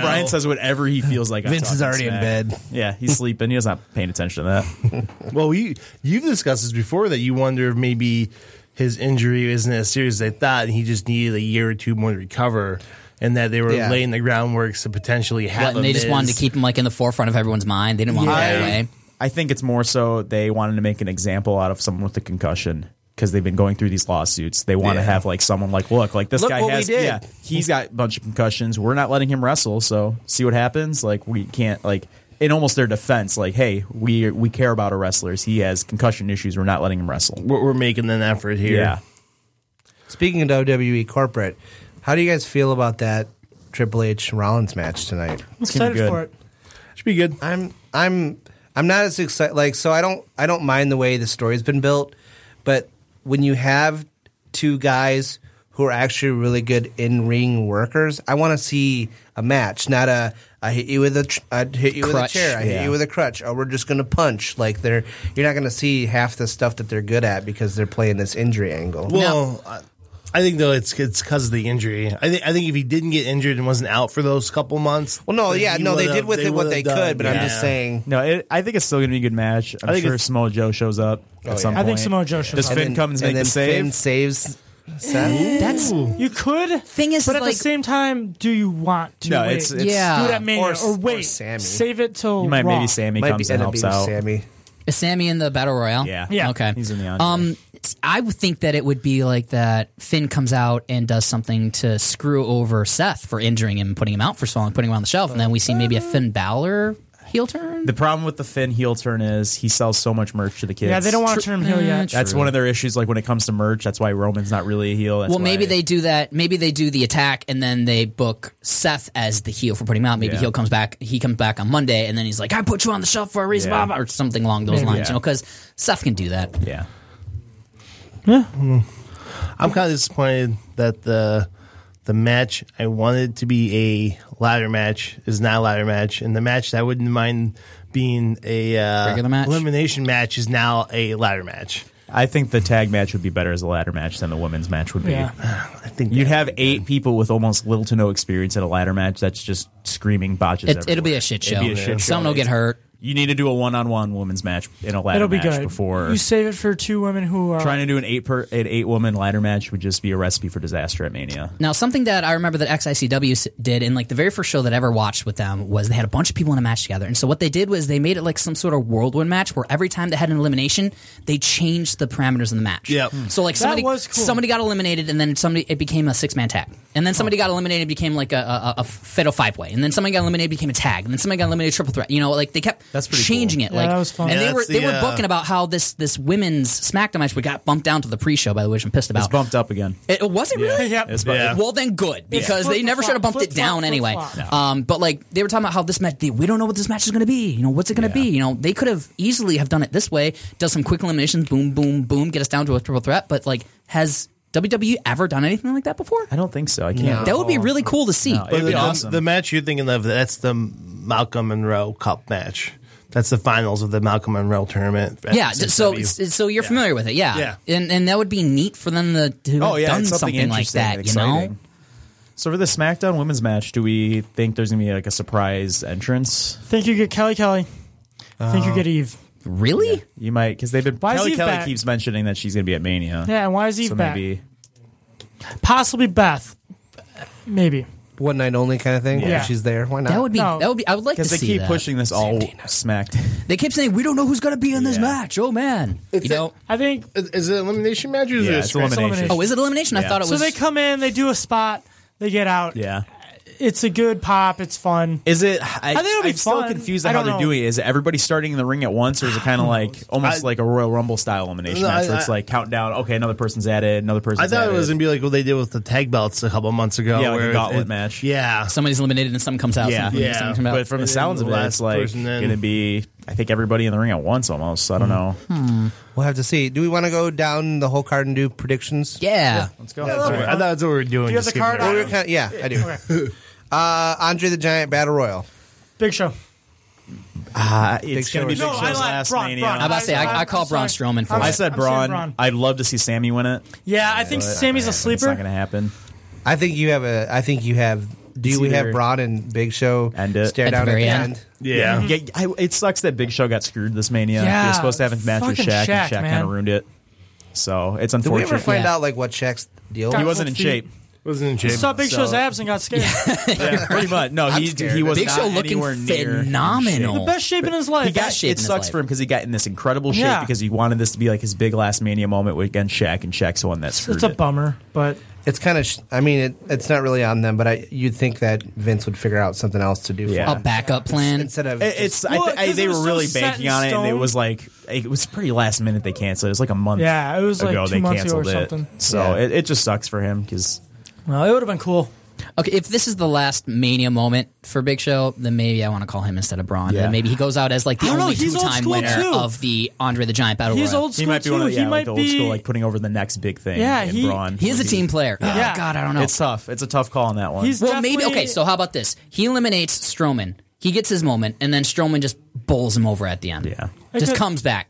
G: No.
I: Bryan says whatever he feels like. on
G: Vince is
I: Talking
G: already in
I: Smack.
G: bed.
I: Yeah, he's sleeping. He's not paying attention to that.
H: Well, we you've discussed this before that you wonder if maybe his injury isn't as serious as they thought, and he just needed a year or two more to recover, and that they were
J: Yeah.
H: laying the groundwork to potentially have.
J: But- and
H: a
J: they just wanted
H: Miz.
J: to keep him like in the forefront of everyone's mind. They didn't want
I: I,
J: to go away.
I: I think it's more so they wanted to make an example out of someone with a concussion because they've been going through these lawsuits. They want to
J: Yeah.
I: have like someone like, look, like this
J: Look
I: guy
J: what we
I: has,
J: did.
I: yeah, he's got a bunch of concussions. We're not letting him wrestle, so see what happens. Like we can't like. In almost their defense, like, hey, we we care about our wrestlers. He has concussion issues. We're not letting him wrestle.
H: We're, we're making an effort here.
I: Yeah,
G: Speaking of WWE corporate, how do you guys feel about that Triple H Rollins match tonight?
B: I'm excited for it.
H: Should be good.
G: I'm I'm I'm not as excited. Like so, I don't I don't mind the way the story's been built, but when you have two guys who are actually really good in ring workers, I want to see a match, not a I hit you with a tr- I hit you
J: Crutch,
G: with a chair, I
J: yeah.
G: hit you with a crutch, or we're just gonna punch. Like they're you're not gonna see half the stuff that they're good at because they're playing this injury angle.
H: Well, I I think though it's it's because of the injury. I think I think if he didn't get injured and wasn't out for those couple months, well,
G: no, yeah, no, they did with it what they could, but I'm just saying-
I: No, it, I think it's still going to be a good match. I'm
G: I think
I: sure
G: it's-
I: Samoa Joe shows up
G: Oh,
I: at some
G: yeah.
I: point.
G: I think Samoa Joe shows
I: Does
G: up.
I: Finn
G: And then-
I: Cummins make
G: and then
I: the save?
G: Finn saves
B: Eh,
J: That's
B: you could
J: thing is,
B: but at
J: like-
B: the same time, do you want to?
I: No,
B: wait?
I: it's- it's- Yeah.
B: do it at Mania
J: Or-
B: or,
J: or
B: wait,
J: Sammy.
B: save it till
I: You might
B: Raw.
I: maybe Sammy comes and helps out.
J: Is Sammy in the battle royale?
I: Yeah.
J: Yeah. Okay.
I: He's in the Andre.
J: Um, it's- I would think that it would be like that. Finn comes out and does something to screw over Seth for injuring him, putting him out for so long, putting him on the shelf, and then we see maybe a Finn Balor heel turn.
I: The problem with the Finn heel turn is he sells so much merch to the kids.
J: Yeah, they don't wanna True. turn him heel Mm, yet.
I: That's
J: true.
I: one of their issues. Like when it comes to merch, that's why Roman's not really a heel. That's
J: well,
I: why-
J: maybe they do that. Maybe they do the attack, and then they book Seth as the heel for putting him out. Maybe
I: Yeah.
J: heel comes back. He comes back on Monday, and then he's like, "I put you on the shelf for a reason,"
I: Yeah.
J: blah, blah, or something along those
I: Maybe.
J: lines.
I: Yeah.
J: You know, because Seth can do that.
I: Yeah.
H: Yeah. I'm kind of disappointed that the the match I wanted to be a ladder match is not a ladder match, and the match that I wouldn't mind being a uh,
I: Regular match?
H: elimination match is now a ladder match.
I: I think the tag match would be better as a ladder match than the women's match would be.
H: Yeah.
I: I
H: think
I: you'd have eight people with almost little to no experience in a ladder match. That's just screaming botches.
J: It, it'll be
I: everywhere.
J: a shit
I: It'd
J: show.
I: be a shit show.
J: Someone will get hurt.
I: You need to do a one-on-one women's match in a ladder
B: It'll be
I: match
B: good.
I: before
B: You save it for two women who are
I: trying to do an eight per an eight woman ladder match would just be a recipe for disaster at Mania.
J: Now, something that I remember that XICW s- did in like the very first show that I ever watched with them was they had a bunch of people in a match together. And so what they did was they made it like some sort of whirlwind match where every time they had an elimination, they changed the parameters of the match. Hmm.
H: Yeah.
J: So like
H: That
J: somebody
H: was cool.
J: somebody got eliminated and then somebody it became a six man tag. And then somebody got eliminated and became like a, a, a fatal five way. And then somebody got eliminated became a tag. And then somebody got eliminated triple threat. You know, like they kept changing it.
B: Yeah,
J: like
B: that was fun.
J: and
B: Yeah,
J: they were
B: that's
J: they
B: the,
J: were
B: uh,
J: booking about how this this women's SmackDown match we got bumped down to the pre show by the way, which I'm pissed about. It's
I: bumped up again.
J: It was it really?
I: Yep. It's about- Yeah.
J: Well, then good
I: Yeah.
J: because they
I: Flip-flop,
J: never should have bumped it
I: flip-flop,
J: down anyway.
I: flip-flop.
J: Um, but like they were talking about how this match, they, we don't know what this match is going to be. You know, what's it going to be? You know, they could have easily have done it this way, does some quick eliminations, boom, boom, boom, get us down to a triple threat. But like, has WWE ever done anything like that before? I
I: don't think so. I
H: can't.
J: That would be really cool to see.
H: But the, The match you're thinking of, that's the Malcolm Monroe Cup match. That's the finals of the Malcolm Monroe tournament. at
J: yeah, d-
H: SSW.
J: so it's-
I: E.
J: it's- so you're familiar with it, yeah.
H: Yeah.
J: and and that would be neat for them to, to have
I: Oh, yeah,
J: done
I: it's
J: something,
I: something
J: like
I: interesting
J: that,
I: and
J: you know.
I: exciting. So for the SmackDown women's match, do we think there's gonna be like a surprise entrance?
B: think you get Kelly Kelly. think you
I: Uh,
B: get Eve.
J: Really?
I: You might because they've been.
B: Why is
I: Kelly
B: Eve
I: Kelly
B: back?
I: keeps mentioning that she's gonna be at Mania.
B: Yeah, and why is Eve
I: so
B: back?
I: Maybe
B: Possibly Beth. Maybe.
G: One night only kind of thing.
I: Yeah.
G: If she's there, why not?
J: That would be that would be. I would like to
I: because they
J: see
I: keep
J: that.
I: pushing this all smacked.
J: They keep saying we don't know who's going to be in this
I: Yeah.
J: match. Oh man, you know.
B: I think
H: is, is it elimination match or is
I: Yeah,
H: it a
I: it's
H: straight-
I: elimination.
J: Oh, is it elimination? I thought it
B: So
J: was.
B: they come in, they do a spot, they get out.
I: Yeah.
B: It's a good pop. It's fun.
I: Is it? I,
B: I think it'll be
I: am still
B: fun.
I: confused
B: I
I: on how
B: don't
I: they're
B: know.
I: doing. it. Is everybody starting in the ring at once, or is it kind of like almost
H: I-
I: like a Royal Rumble style elimination
H: No,
I: match, where
H: I-
I: it's
H: I-
I: like countdown? Okay, another person's added, another person's.
H: I thought it
I: added.
H: was going to be like what they did with the tag belts a couple months ago.
I: Yeah, like a
H: where it-
I: gauntlet
H: it-
I: match.
H: Yeah.
J: Somebody's eliminated and some comes out.
I: yeah,
J: some comes in, some comes out.
I: But from the
H: And then
I: sounds
H: the
I: of it,
H: last
I: it's like
H: person in.
I: going to be. I think everybody in the ring at once almost. I don't know.
G: We'll have to see. Do we want to go down the whole card and do predictions?
J: Yeah.
I: Let's
H: go. That's what- I thought that's what we were doing.
B: Do you have
H: just
B: the card
H: giving it
B: on?
H: away.
G: Well, we're kinda- yeah, I do. uh, Andre the Giant Battle Royal.
B: Big Show.
I: Uh, it's
G: Big Show
I: gonna be
G: or something.
I: Big Show's
G: No, I like
I: last
B: Braun,
I: Mania.
B: Braun.
J: I was about to say, I- I
B: I'm-
J: call
B: I'm
J: Braun
B: sorry.
J: Strowman for
B: I'm-
J: that.
I: I said
B: I'm saying
I: Braun.
B: Braun.
I: I'd love to see Sammy win it.
B: Yeah, I think
I: But
B: Sammy's a
I: It's not
B: sleeper.
I: going to happen.
G: I think you have a. I think you have. Do
I: It's
G: we have
I: either-
G: Braun and Big Show
I: End it.
G: stare down at the end?
I: Yeah.
B: Mm-hmm.
I: I, it sucks that Big Show got screwed this mania. he
G: Yeah,
I: was supposed to have a match with
G: fucking
I: Shaq,
G: Shaq,
I: and Shaq
G: man.
I: kind of ruined it. So it's
G: Did we
I: unfortunate.
G: ever find out like what Shaq's deal?
I: He
G: was?
I: wasn't in shape.
H: Wasn't in
B: He saw Big
I: So-
B: Show's abs and got scared.
I: Yeah, pretty much. No,
J: I'm
I: he
J: scared.
I: he was
J: Big
I: not
J: Show looking
I: anywhere near in
J: phenomenal.
I: shape.
J: The best
B: shape in
I: But
B: his life.
I: He got,
B: Best shape
I: it
J: in his
I: sucks
J: life.
I: for him because he got in this incredible shape
B: Yeah.
I: because he wanted this to be like his big last mania moment against Shaq, and Shaq's the one that screwed
B: It's a
I: it.
B: bummer, but
G: It's kind of. Sh- I mean, it, it's not really on them, but I, you'd think that Vince would figure out something else to do.
I: Yeah.
G: for
I: A
G: them.
J: backup plan
G: instead of.
I: It- it's I,
B: Well,
I: th- I-
B: 'cause
I: they
B: it
I: were
B: was so
I: really
B: set
I: banking
B: in
I: on it, and it
B: stone.
I: was like it was pretty last minute they canceled. It was like a month.
B: Yeah, it was like
I: ago
B: two
I: they
B: months ago or
I: canceled it.
B: something.
I: So
B: Yeah.
I: it, it just sucks for him because
B: well, it would have been cool.
J: Okay, if this is the last Mania moment for Big Show, then maybe I want to call him instead of Braun.
I: Yeah.
J: And maybe he goes out as like the
B: I don't know,
J: only
B: he's old
J: two-time
B: school,
J: winner
B: too.
J: of the Andre the Giant Battle
B: He's
J: Royal.
B: old
I: he might be
B: school
I: one of the,
B: too. He
I: yeah, like
B: might
I: the old school
B: be-
I: like putting over the next big thing.
B: Yeah,
I: and
B: he-
I: Braun
J: He is a
I: would be-
J: team player.
B: Yeah.
J: Oh God, I don't know.
I: It's tough. It's a tough call on that one.
B: He's
J: well, maybe
B: definitely-
J: okay. So how about this? He eliminates Strowman. He gets his moment, and then Strowman just bowls him over at the end. Yeah,
B: I
J: just
B: could-
J: comes back.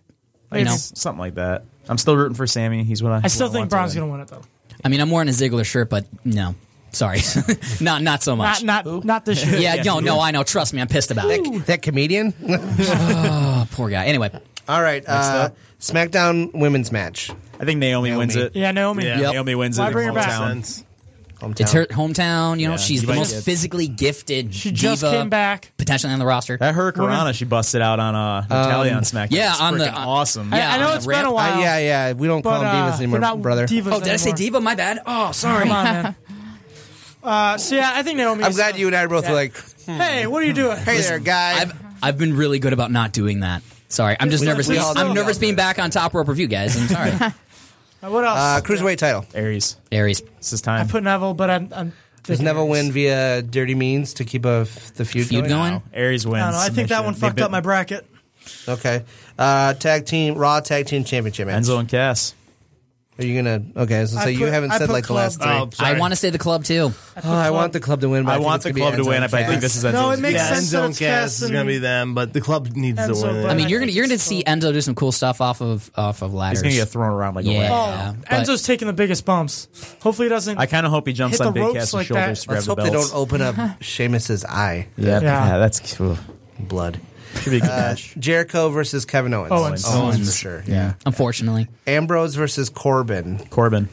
J: You
I: It's
J: know,
I: something like that. I'm still rooting for Sammy. He's what I.
B: I still
I: what
B: think
I: want
B: Braun's
I: to win.
B: going to win it though.
J: I mean, I'm wearing a Ziggler shirt, but no, sorry, not not so much.
B: Not not not this year.
J: yeah, no, no, I know. Trust me, I'm pissed about it.
G: that, that comedian.
J: oh, poor guy. Anyway,
G: All right. Uh,
J: up.
G: SmackDown women's match.
I: I think Naomi, wins it.
B: Yeah, Naomi.
I: Yeah,
B: Yep.
I: Naomi wins
B: Why
I: it.
B: bring her back?
I: Hometown.
G: Hometown.
J: it's her hometown. You know,
I: Yeah,
J: she's
I: you
J: the
I: might
J: most
I: get-
J: physically gifted.
B: She just
J: diva
B: came back.
J: potentially on the roster.
I: That Hurricanrana she busted out on uh, Natalia
J: Um,
I: on SmackDown.
J: yeah,
I: It's
J: on the-
I: freaking awesome.
B: I-
J: Yeah,
B: I, know
J: on
B: it's
J: the
B: been
J: ramp.
B: a while.
G: Uh, yeah, yeah. We don't
B: But,
G: call them
B: uh,
G: divas
B: they're
G: anymore,
B: not
G: brother.
B: divas
J: Oh, did I say
B: anymore.
J: diva? My bad. Oh, sorry.
B: Come on, man. Uh, so yeah, I think Naomi.
G: I'm glad you and I both were like, hmm.
B: Hey, what are you doing?
G: "Hey there, guy."
J: I've I've been really good about not doing that. Sorry, I'm just
G: We-
J: nervous.
G: we all
J: I'm
G: know.
J: nervous being back on top rope review, guys. I'm sorry.
B: Uh, What else?
G: Uh, cruiserweight title.
I: Aries.
J: Aries.
I: It's his
B: I
I: time.
B: put Neville, but I'm. I'm
G: Does Neville win via dirty means to keep a, the feud,
J: Feud going?
I: Aries
B: I
I: wins.
B: don't know. I think that
I: Submission.
B: one
I: They've
B: fucked
I: been-
B: up my bracket.
G: Okay. Uh, tag team, Raw Tag Team Championship match.
I: Enzo and Cass.
G: Are you gonna? Okay, I was gonna
B: I
G: say you
B: put-
G: haven't
B: I
G: said
B: put
G: like the
B: club.
G: last three.
H: Oh,
J: I
H: sorry.
J: want to say the club too.
G: Oh, I want the club to win. But
I: I
G: think
I: want
G: it's
I: the
G: gonna be
I: club to
G: Enzo
I: win,
G: and
I: but I think
G: Cass.
I: this is Enzo's
B: No, it makes
H: Yeah,
B: sense that
H: Enzo and
B: it's
H: Cass
B: Cass
H: is going
B: and
H: to be them, but the club needs
B: Enzo,
H: to win it.
B: but-
J: I mean,
B: I
J: you're gonna
B: think
J: you're
B: it's
J: gonna see Enzo do some cool stuff off of off of ladders.
I: He's gonna get thrown around like a
J: Yeah.
I: leg.
B: Oh,
J: but-
B: Enzo's taking the biggest bumps. Hopefully, he doesn't.
I: I kind of hope he jumps
B: Hit the
I: on Big
B: ropes
I: Cass's
B: like
I: shoulders
B: that.
I: to grab
G: Let's
I: the
G: hope they
I: belts.
G: don't open up Sheamus's eye.
I: yeah,
B: Yeah.
I: yeah, that's.
G: Blood.
I: Should be a good match.
G: Jericho versus Kevin Owens.
B: Owens.
G: Owens for
B: Owens.
G: sure.
B: Yeah.
J: Unfortunately.
G: Ambrose versus Corbin.
I: Corbin.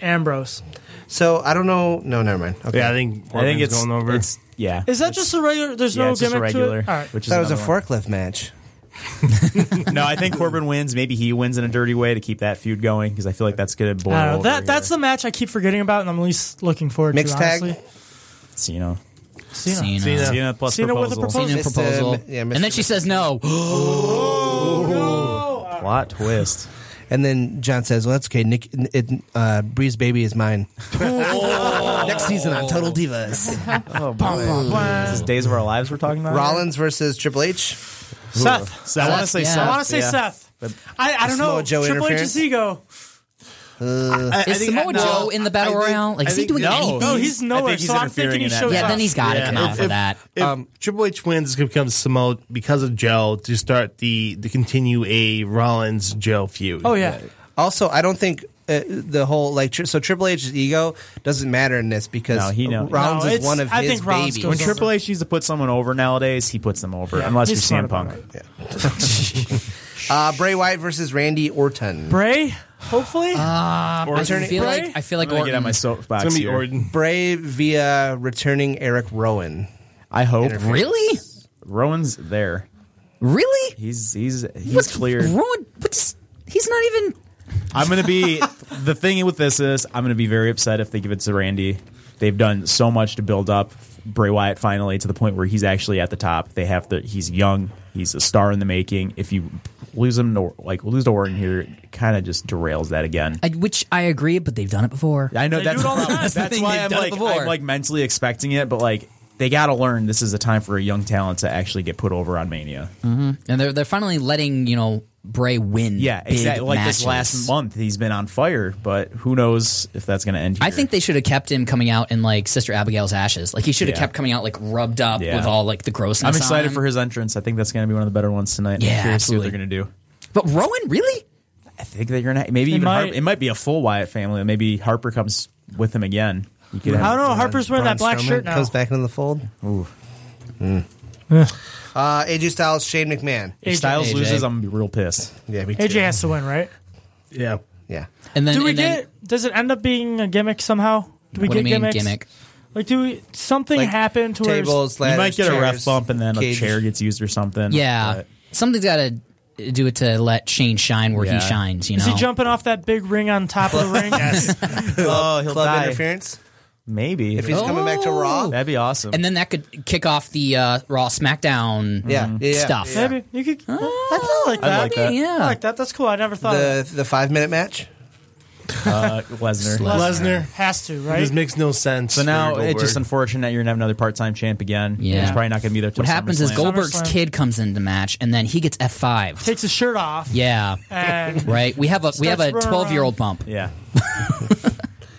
B: Ambrose.
G: So I don't know. No, never mind. Okay.
H: Yeah, I think I think Corbin's it's- going over. it's-
I: yeah.
B: Is that just a regular? There's no gimmick to it. All right.
G: Thought it was a forklift match.
I: no, I think Corbin wins. Maybe he wins in a dirty way to keep that feud going because I feel like that's going to boil
B: I don't know.
I: over.
B: Uh, That that's the match I keep forgetting about, and I'm least looking forward
I: Mixed
B: to.
I: tag?
B: Honestly.
I: Cena.
B: Cena.
J: Cena.
I: Cena. Cena plus
B: Cena with a
I: proposal.
J: Cena
I: Mr.
J: proposal.
I: M- yeah,
J: and
I: Mr.
J: then she says no.
I: Plot twist.
G: And then John says, "Well, that's okay. Nick, it, uh, Bree's baby is mine." Next season on Total Divas.
I: oh, boy. Is
B: Uh,
I: this Days of Our Lives we're talking about?
G: Rollins versus Triple H.
B: Seth.
I: So I want to say Seth.
B: I want to say
I: yeah.
B: Seth.
I: But
B: I, I
G: The
B: don't know.
G: Samoa Joe
B: Triple
G: interference?
B: H's ego.
G: Uh,
J: is Samoa Joe in the battle royale? Like, is he doing anything?
B: Oh,
J: Yeah, then he's got to come out for that.
H: um, Triple H wins, it's going to become Samoa because of Joe to start the to continue a Rollins Joe feud.
B: Oh,
G: Also, I don't think uh, the whole like tri- so Triple H's ego doesn't matter in this because
I: No, he knows.
G: Rollins is one of his babies.
I: When Triple H used to put someone over nowadays, he puts them over.
G: Yeah,
I: unless you're
G: he's smart
I: CM Punk.
G: uh, Bray Wyatt versus Randy Orton.
B: Bray, hopefully.
J: Uh, I
G: Orton.
J: feel
G: Bray?
J: like I feel like
I: I'm gonna get
J: Orton.
I: on my soapbox
G: It's gonna be
I: here.
G: Orton. Bray via returning Eric Rowan.
I: I hope.
J: Really?
I: Rowan's there.
J: Really?
I: He's he's he's
J: What's
I: cleared.
J: Rowan, what's, he's not even.
I: I'm gonna be the thing with this is I'm gonna be very upset if they give it to Randy. They've done so much to build up Bray Wyatt finally to the point where he's actually at the top. They have the he's young, he's a star in the making. If you lose him to like lose to Orton here, it kind of just derails that again.
J: I, which I agree, but they've done it before.
I: I know
J: They
I: that's
J: do it all the time.
I: that's,
J: That's the thing
I: why
J: they've
I: I'm
J: done it
I: like
J: before.
I: I'm like mentally expecting it, but like they got to learn this is a time for a young talent to actually get put over on Mania.
J: hmm And they're they're finally letting you know Bray win.
I: Yeah,
J: big
I: exactly. Like
J: matches.
I: this last month, he's been on fire, but who knows if that's going to end. Here.
J: I think they should have kept him coming out in like Sister Abigail's ashes. Like he should have
I: Yeah.
J: kept coming out like rubbed up
I: Yeah.
J: with all like the grossness.
I: I'm
J: on
I: excited
J: him.
I: for his entrance. I think that's going to be one of the better ones tonight.
J: Yeah,
I: I'm curious
J: absolutely.
I: what they're going to do.
J: But Rowan, really?
I: I think they're going to maybe
B: They
I: even
B: might-
I: Harper, it might be a full Wyatt family. Maybe Harper comes with him again. You could
B: I
I: have-
B: don't know. Oh, Harper's wearing that black shirt now.
G: Comes back into the fold. Hmm.
I: Ooh. Eh.
G: Uh, AJ Styles, Shane McMahon.
I: If Styles loses, I'm gonna be real pissed.
G: Yeah, me
B: AJ has to win, right?
H: Yeah,
G: yeah.
J: And then
B: do we
J: and
B: get?
J: then,
B: does it end up being a gimmick somehow? Do we
J: What do
B: get
J: you mean,
B: gimmicks?
J: gimmick?
B: Like, do we, something happen to
I: you might get a ref bump and then a chair gets used or something.
J: yeah, something's got to do it to let Shane shine where
I: Yeah.
J: he shines. You know,
B: Is he jumping off that big ring on top of the ring?
I: oh, he'll
G: Club
I: die.
G: interference.
I: Maybe
G: If he's coming back to Raw.
I: that'd be awesome.
J: and then that could kick off the uh, Raw SmackDown
G: Yeah, yeah, yeah,
J: stuff.
G: yeah.
B: Maybe you could. I like that.
I: like that.
J: oh, Yeah.
B: I like that. That's cool. I never thought. of
G: The the five minute match.
I: uh, Lesnar.
B: that.
H: Lesnar.
B: has to
H: This
B: right.
H: makes no sense.
I: So now
H: for
I: it's
H: Goldberg.
I: just unfortunate that you're gonna have another part-time champ again.
J: Yeah.
I: he's probably not gonna be there. Till
J: What happens is
I: SummerSlam.
J: Goldberg's
B: SummerSlam.
J: kid comes into the match, and then he gets F five.
B: Takes his shirt off.
J: Yeah,
B: And
J: right. We have a we have a
B: Starts running
J: twelve year old bump.
I: Yeah.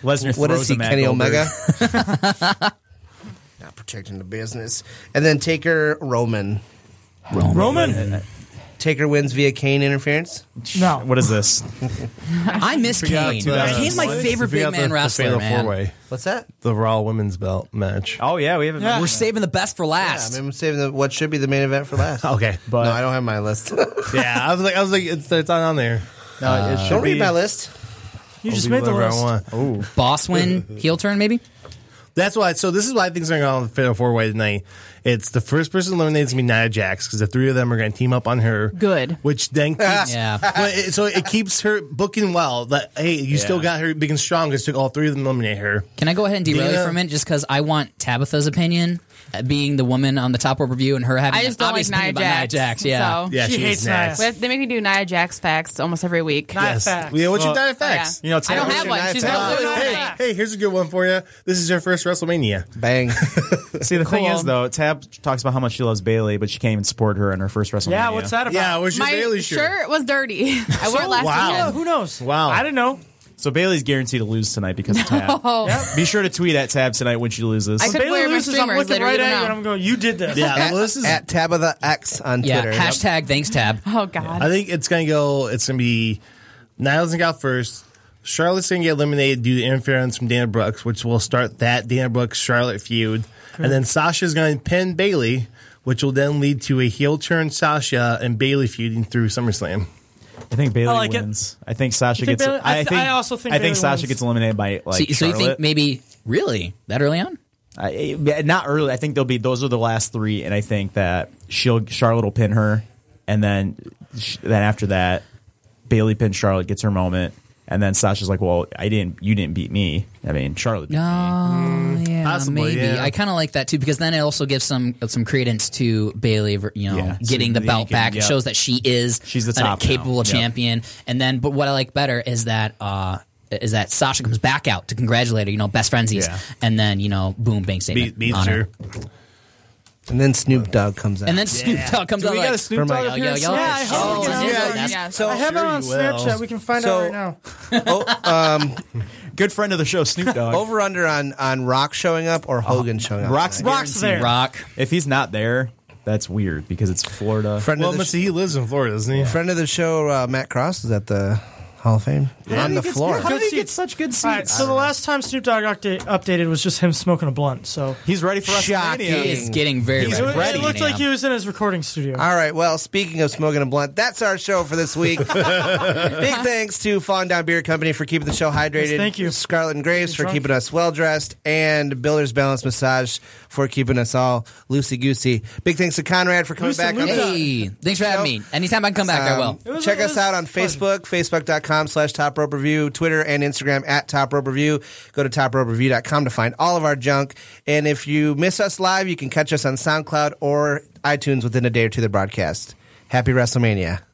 I: Lesnar
G: What
I: throws
G: is he,
I: him at
G: Kenny
I: Goldberg.
G: Omega? Not protecting the business. And then Taker Roman.
B: Roman.
G: Taker wins via Kane interference.
B: No.
I: What is this?
J: I miss Kane. Kane's my favorite big man wrestler, man.
G: What's that?
H: The Raw Women's Belt match.
I: Oh yeah, we haven't.
B: Yeah.
J: We're saving the best for
G: Yeah, I
J: last. Oh,
G: mean, I'm saving the, what should be the main event for last.
H: Okay,
I: But
G: no, I don't have my list.
H: yeah, I was like, I was like, it's, it's not on there.
I: no, it should
G: don't read
I: be-
G: my list.
B: You
H: I'll
B: just
H: do
B: made the
H: whatever I
B: list.
H: want.
J: Boss win, heel turn, maybe.
H: That's why. So this is why things are going to fatal four way tonight. It's the first person eliminated is going to be Nia Jax because the three of them are going to team up on her.
L: Good.
H: Which then keeps,
J: Yeah.
H: Well, it- so it keeps her booking well. That hey, you still got her big and strong because took all three of them to eliminate her.
J: Can I go ahead and derail you
H: Dina?
J: for a minute, just because I want Tabitha's opinion, uh, being the woman on the top rope review, and her having
L: I just
J: an
L: don't like
J: obvious
L: Nia
J: opinion about Nia
L: Jax.
J: Jax. Yeah,
L: So.
H: Yeah,
B: She
H: she,
B: hates
H: is
B: Nia.
H: nasty.
L: We have- They make me do Nia Jax facts almost every week.
B: Nia Facts.
H: oh, Yeah, what's your
I: Well,
H: diet facts?
L: yeah. I don't
H: What's
L: have
H: your
L: one.
H: diet
L: She's
H: facts?
L: gonna lose
H: Hey,
L: tonight.
H: hey, here's a good one for you. This is your first WrestleMania.
G: Bang.
I: See, the thing
L: Cool.
I: is though, Tab talks about how much she loves Bailey, but she can't even support her in her first WrestleMania.
B: Yeah. What's that about?
H: Yeah, where's your
L: My
H: Bailey shirt?
L: shirt was dirty. I
B: Oh,
L: wore it last
H: Wow.
B: Yeah,
L: weekend.
B: Who knows?
H: Wow.
B: I don't know.
I: So Bailey's guaranteed to lose tonight because of Tab.
L: Oh,
I: Be sure to tweet at Tab tonight when she loses.
L: I could
B: Bailey
L: wear my
B: loses. I'm
L: streamers
B: looking
L: later,
B: right
L: you
B: at
L: don't
B: you,
L: know.
B: and I'm going, "You did this."
H: Yeah,
G: at,
H: well, this is
G: at Tabitha X on
J: yeah.
G: Twitter. Yep.
J: Hashtag thanks Tab.
L: oh God.
H: I think it's gonna go. It's gonna be Niles and out first. Charlotte's gonna get eliminated due to interference from Dana Brooks, which will start that Dana Brooks Charlotte feud, and then Sasha's gonna pin Bailey, which will then lead to a heel turn Sasha and Bailey feuding through SummerSlam.
I: I think Bailey
B: like it.
I: wins. I think
B: Oh,
I: Sasha
B: You think
I: gets.
B: Bayley- I
I: I,
B: th-
I: think.
B: I also think
I: I think
B: Bayley
I: Sasha
B: wins.
I: gets eliminated by like.
J: So- so you think
I: maybe
J: really that early on?
I: I, yeah, not early. I think they'll be. Those are the last three, and I think that she'll Charlotte will pin her, and then sh- then after that, Bailey pins Charlotte, gets her moment, and then Sasha's like, "Well, I didn't. You didn't beat me. I mean, Charlotte."
J: No, Oh, yeah,
I: Possibly,
J: maybe.
I: yeah.
J: I kind of like that too because then it also gives some some credence to Bailey, you know,
I: Yeah, so
J: getting the
I: you
J: belt
I: can-
J: back. It
I: yeah.
J: shows that she is
I: She's the
J: an- a
I: top now.
J: capable
I: Yep.
J: champion. And then, but what I like better is that. uh is that Sasha comes back out to congratulate her, you know, best friendsies,
G: Yeah.
J: and then you know, boom, bang, statement
G: Beats
J: on her.
G: her. And then Snoop Dogg comes out.
J: And then Snoop Dogg comes out like, yo, yo,
B: Yeah,
J: yo,
B: I hope
J: oh,
B: we can
J: yeah,
B: have
J: that's-
B: that.
J: so-
B: I have it on Snapchat. We can find out right now.
I: Good friend of the show, Snoop Dogg.
G: Over under uh, on on Rock showing up
J: Oh,
G: or Hogan showing up.
I: Rock's
G: tonight?
I: guaranteed. If he's not there, that's weird because it's Florida.
G: Friend of the sh-
H: he lives in Florida, doesn't he?
G: Friend of the show, uh, Matt Cross is at the Hall of Fame on the floor.
B: How did he get
I: such good seats?
B: All right, so the last time Snoop Dogg update, updated was just him smoking a blunt. So
I: he's ready for
G: Shocking. WrestleMania.
J: He is getting very
G: He's
J: ready.
G: ready.
B: It looked like
I: uh,
B: he was in his recording studio.
G: All right. Well, speaking of smoking a blunt, that's our show for this week. Big thanks to Falling Down Beer Company for keeping the show hydrated.
B: Yes, thank you.
G: Scarlet and Graves for
B: drunk.
G: keeping us well dressed, and Builder's Balance Massage for keeping us all loosey goosey. Big thanks to Conrad for coming
J: Loosey
G: back. on
J: loosey.
G: the
J: Hey, thanks for having
G: show.
J: me. Anytime I can come back, I will.
G: Um, check us out on Facebook, facebook.com slash top rope review, Twitter and Instagram at top rope review. Go to topropereview.com to find all of our junk. And if you miss us live, you can catch us on SoundCloud or iTunes within a day or two of the broadcast. Happy WrestleMania.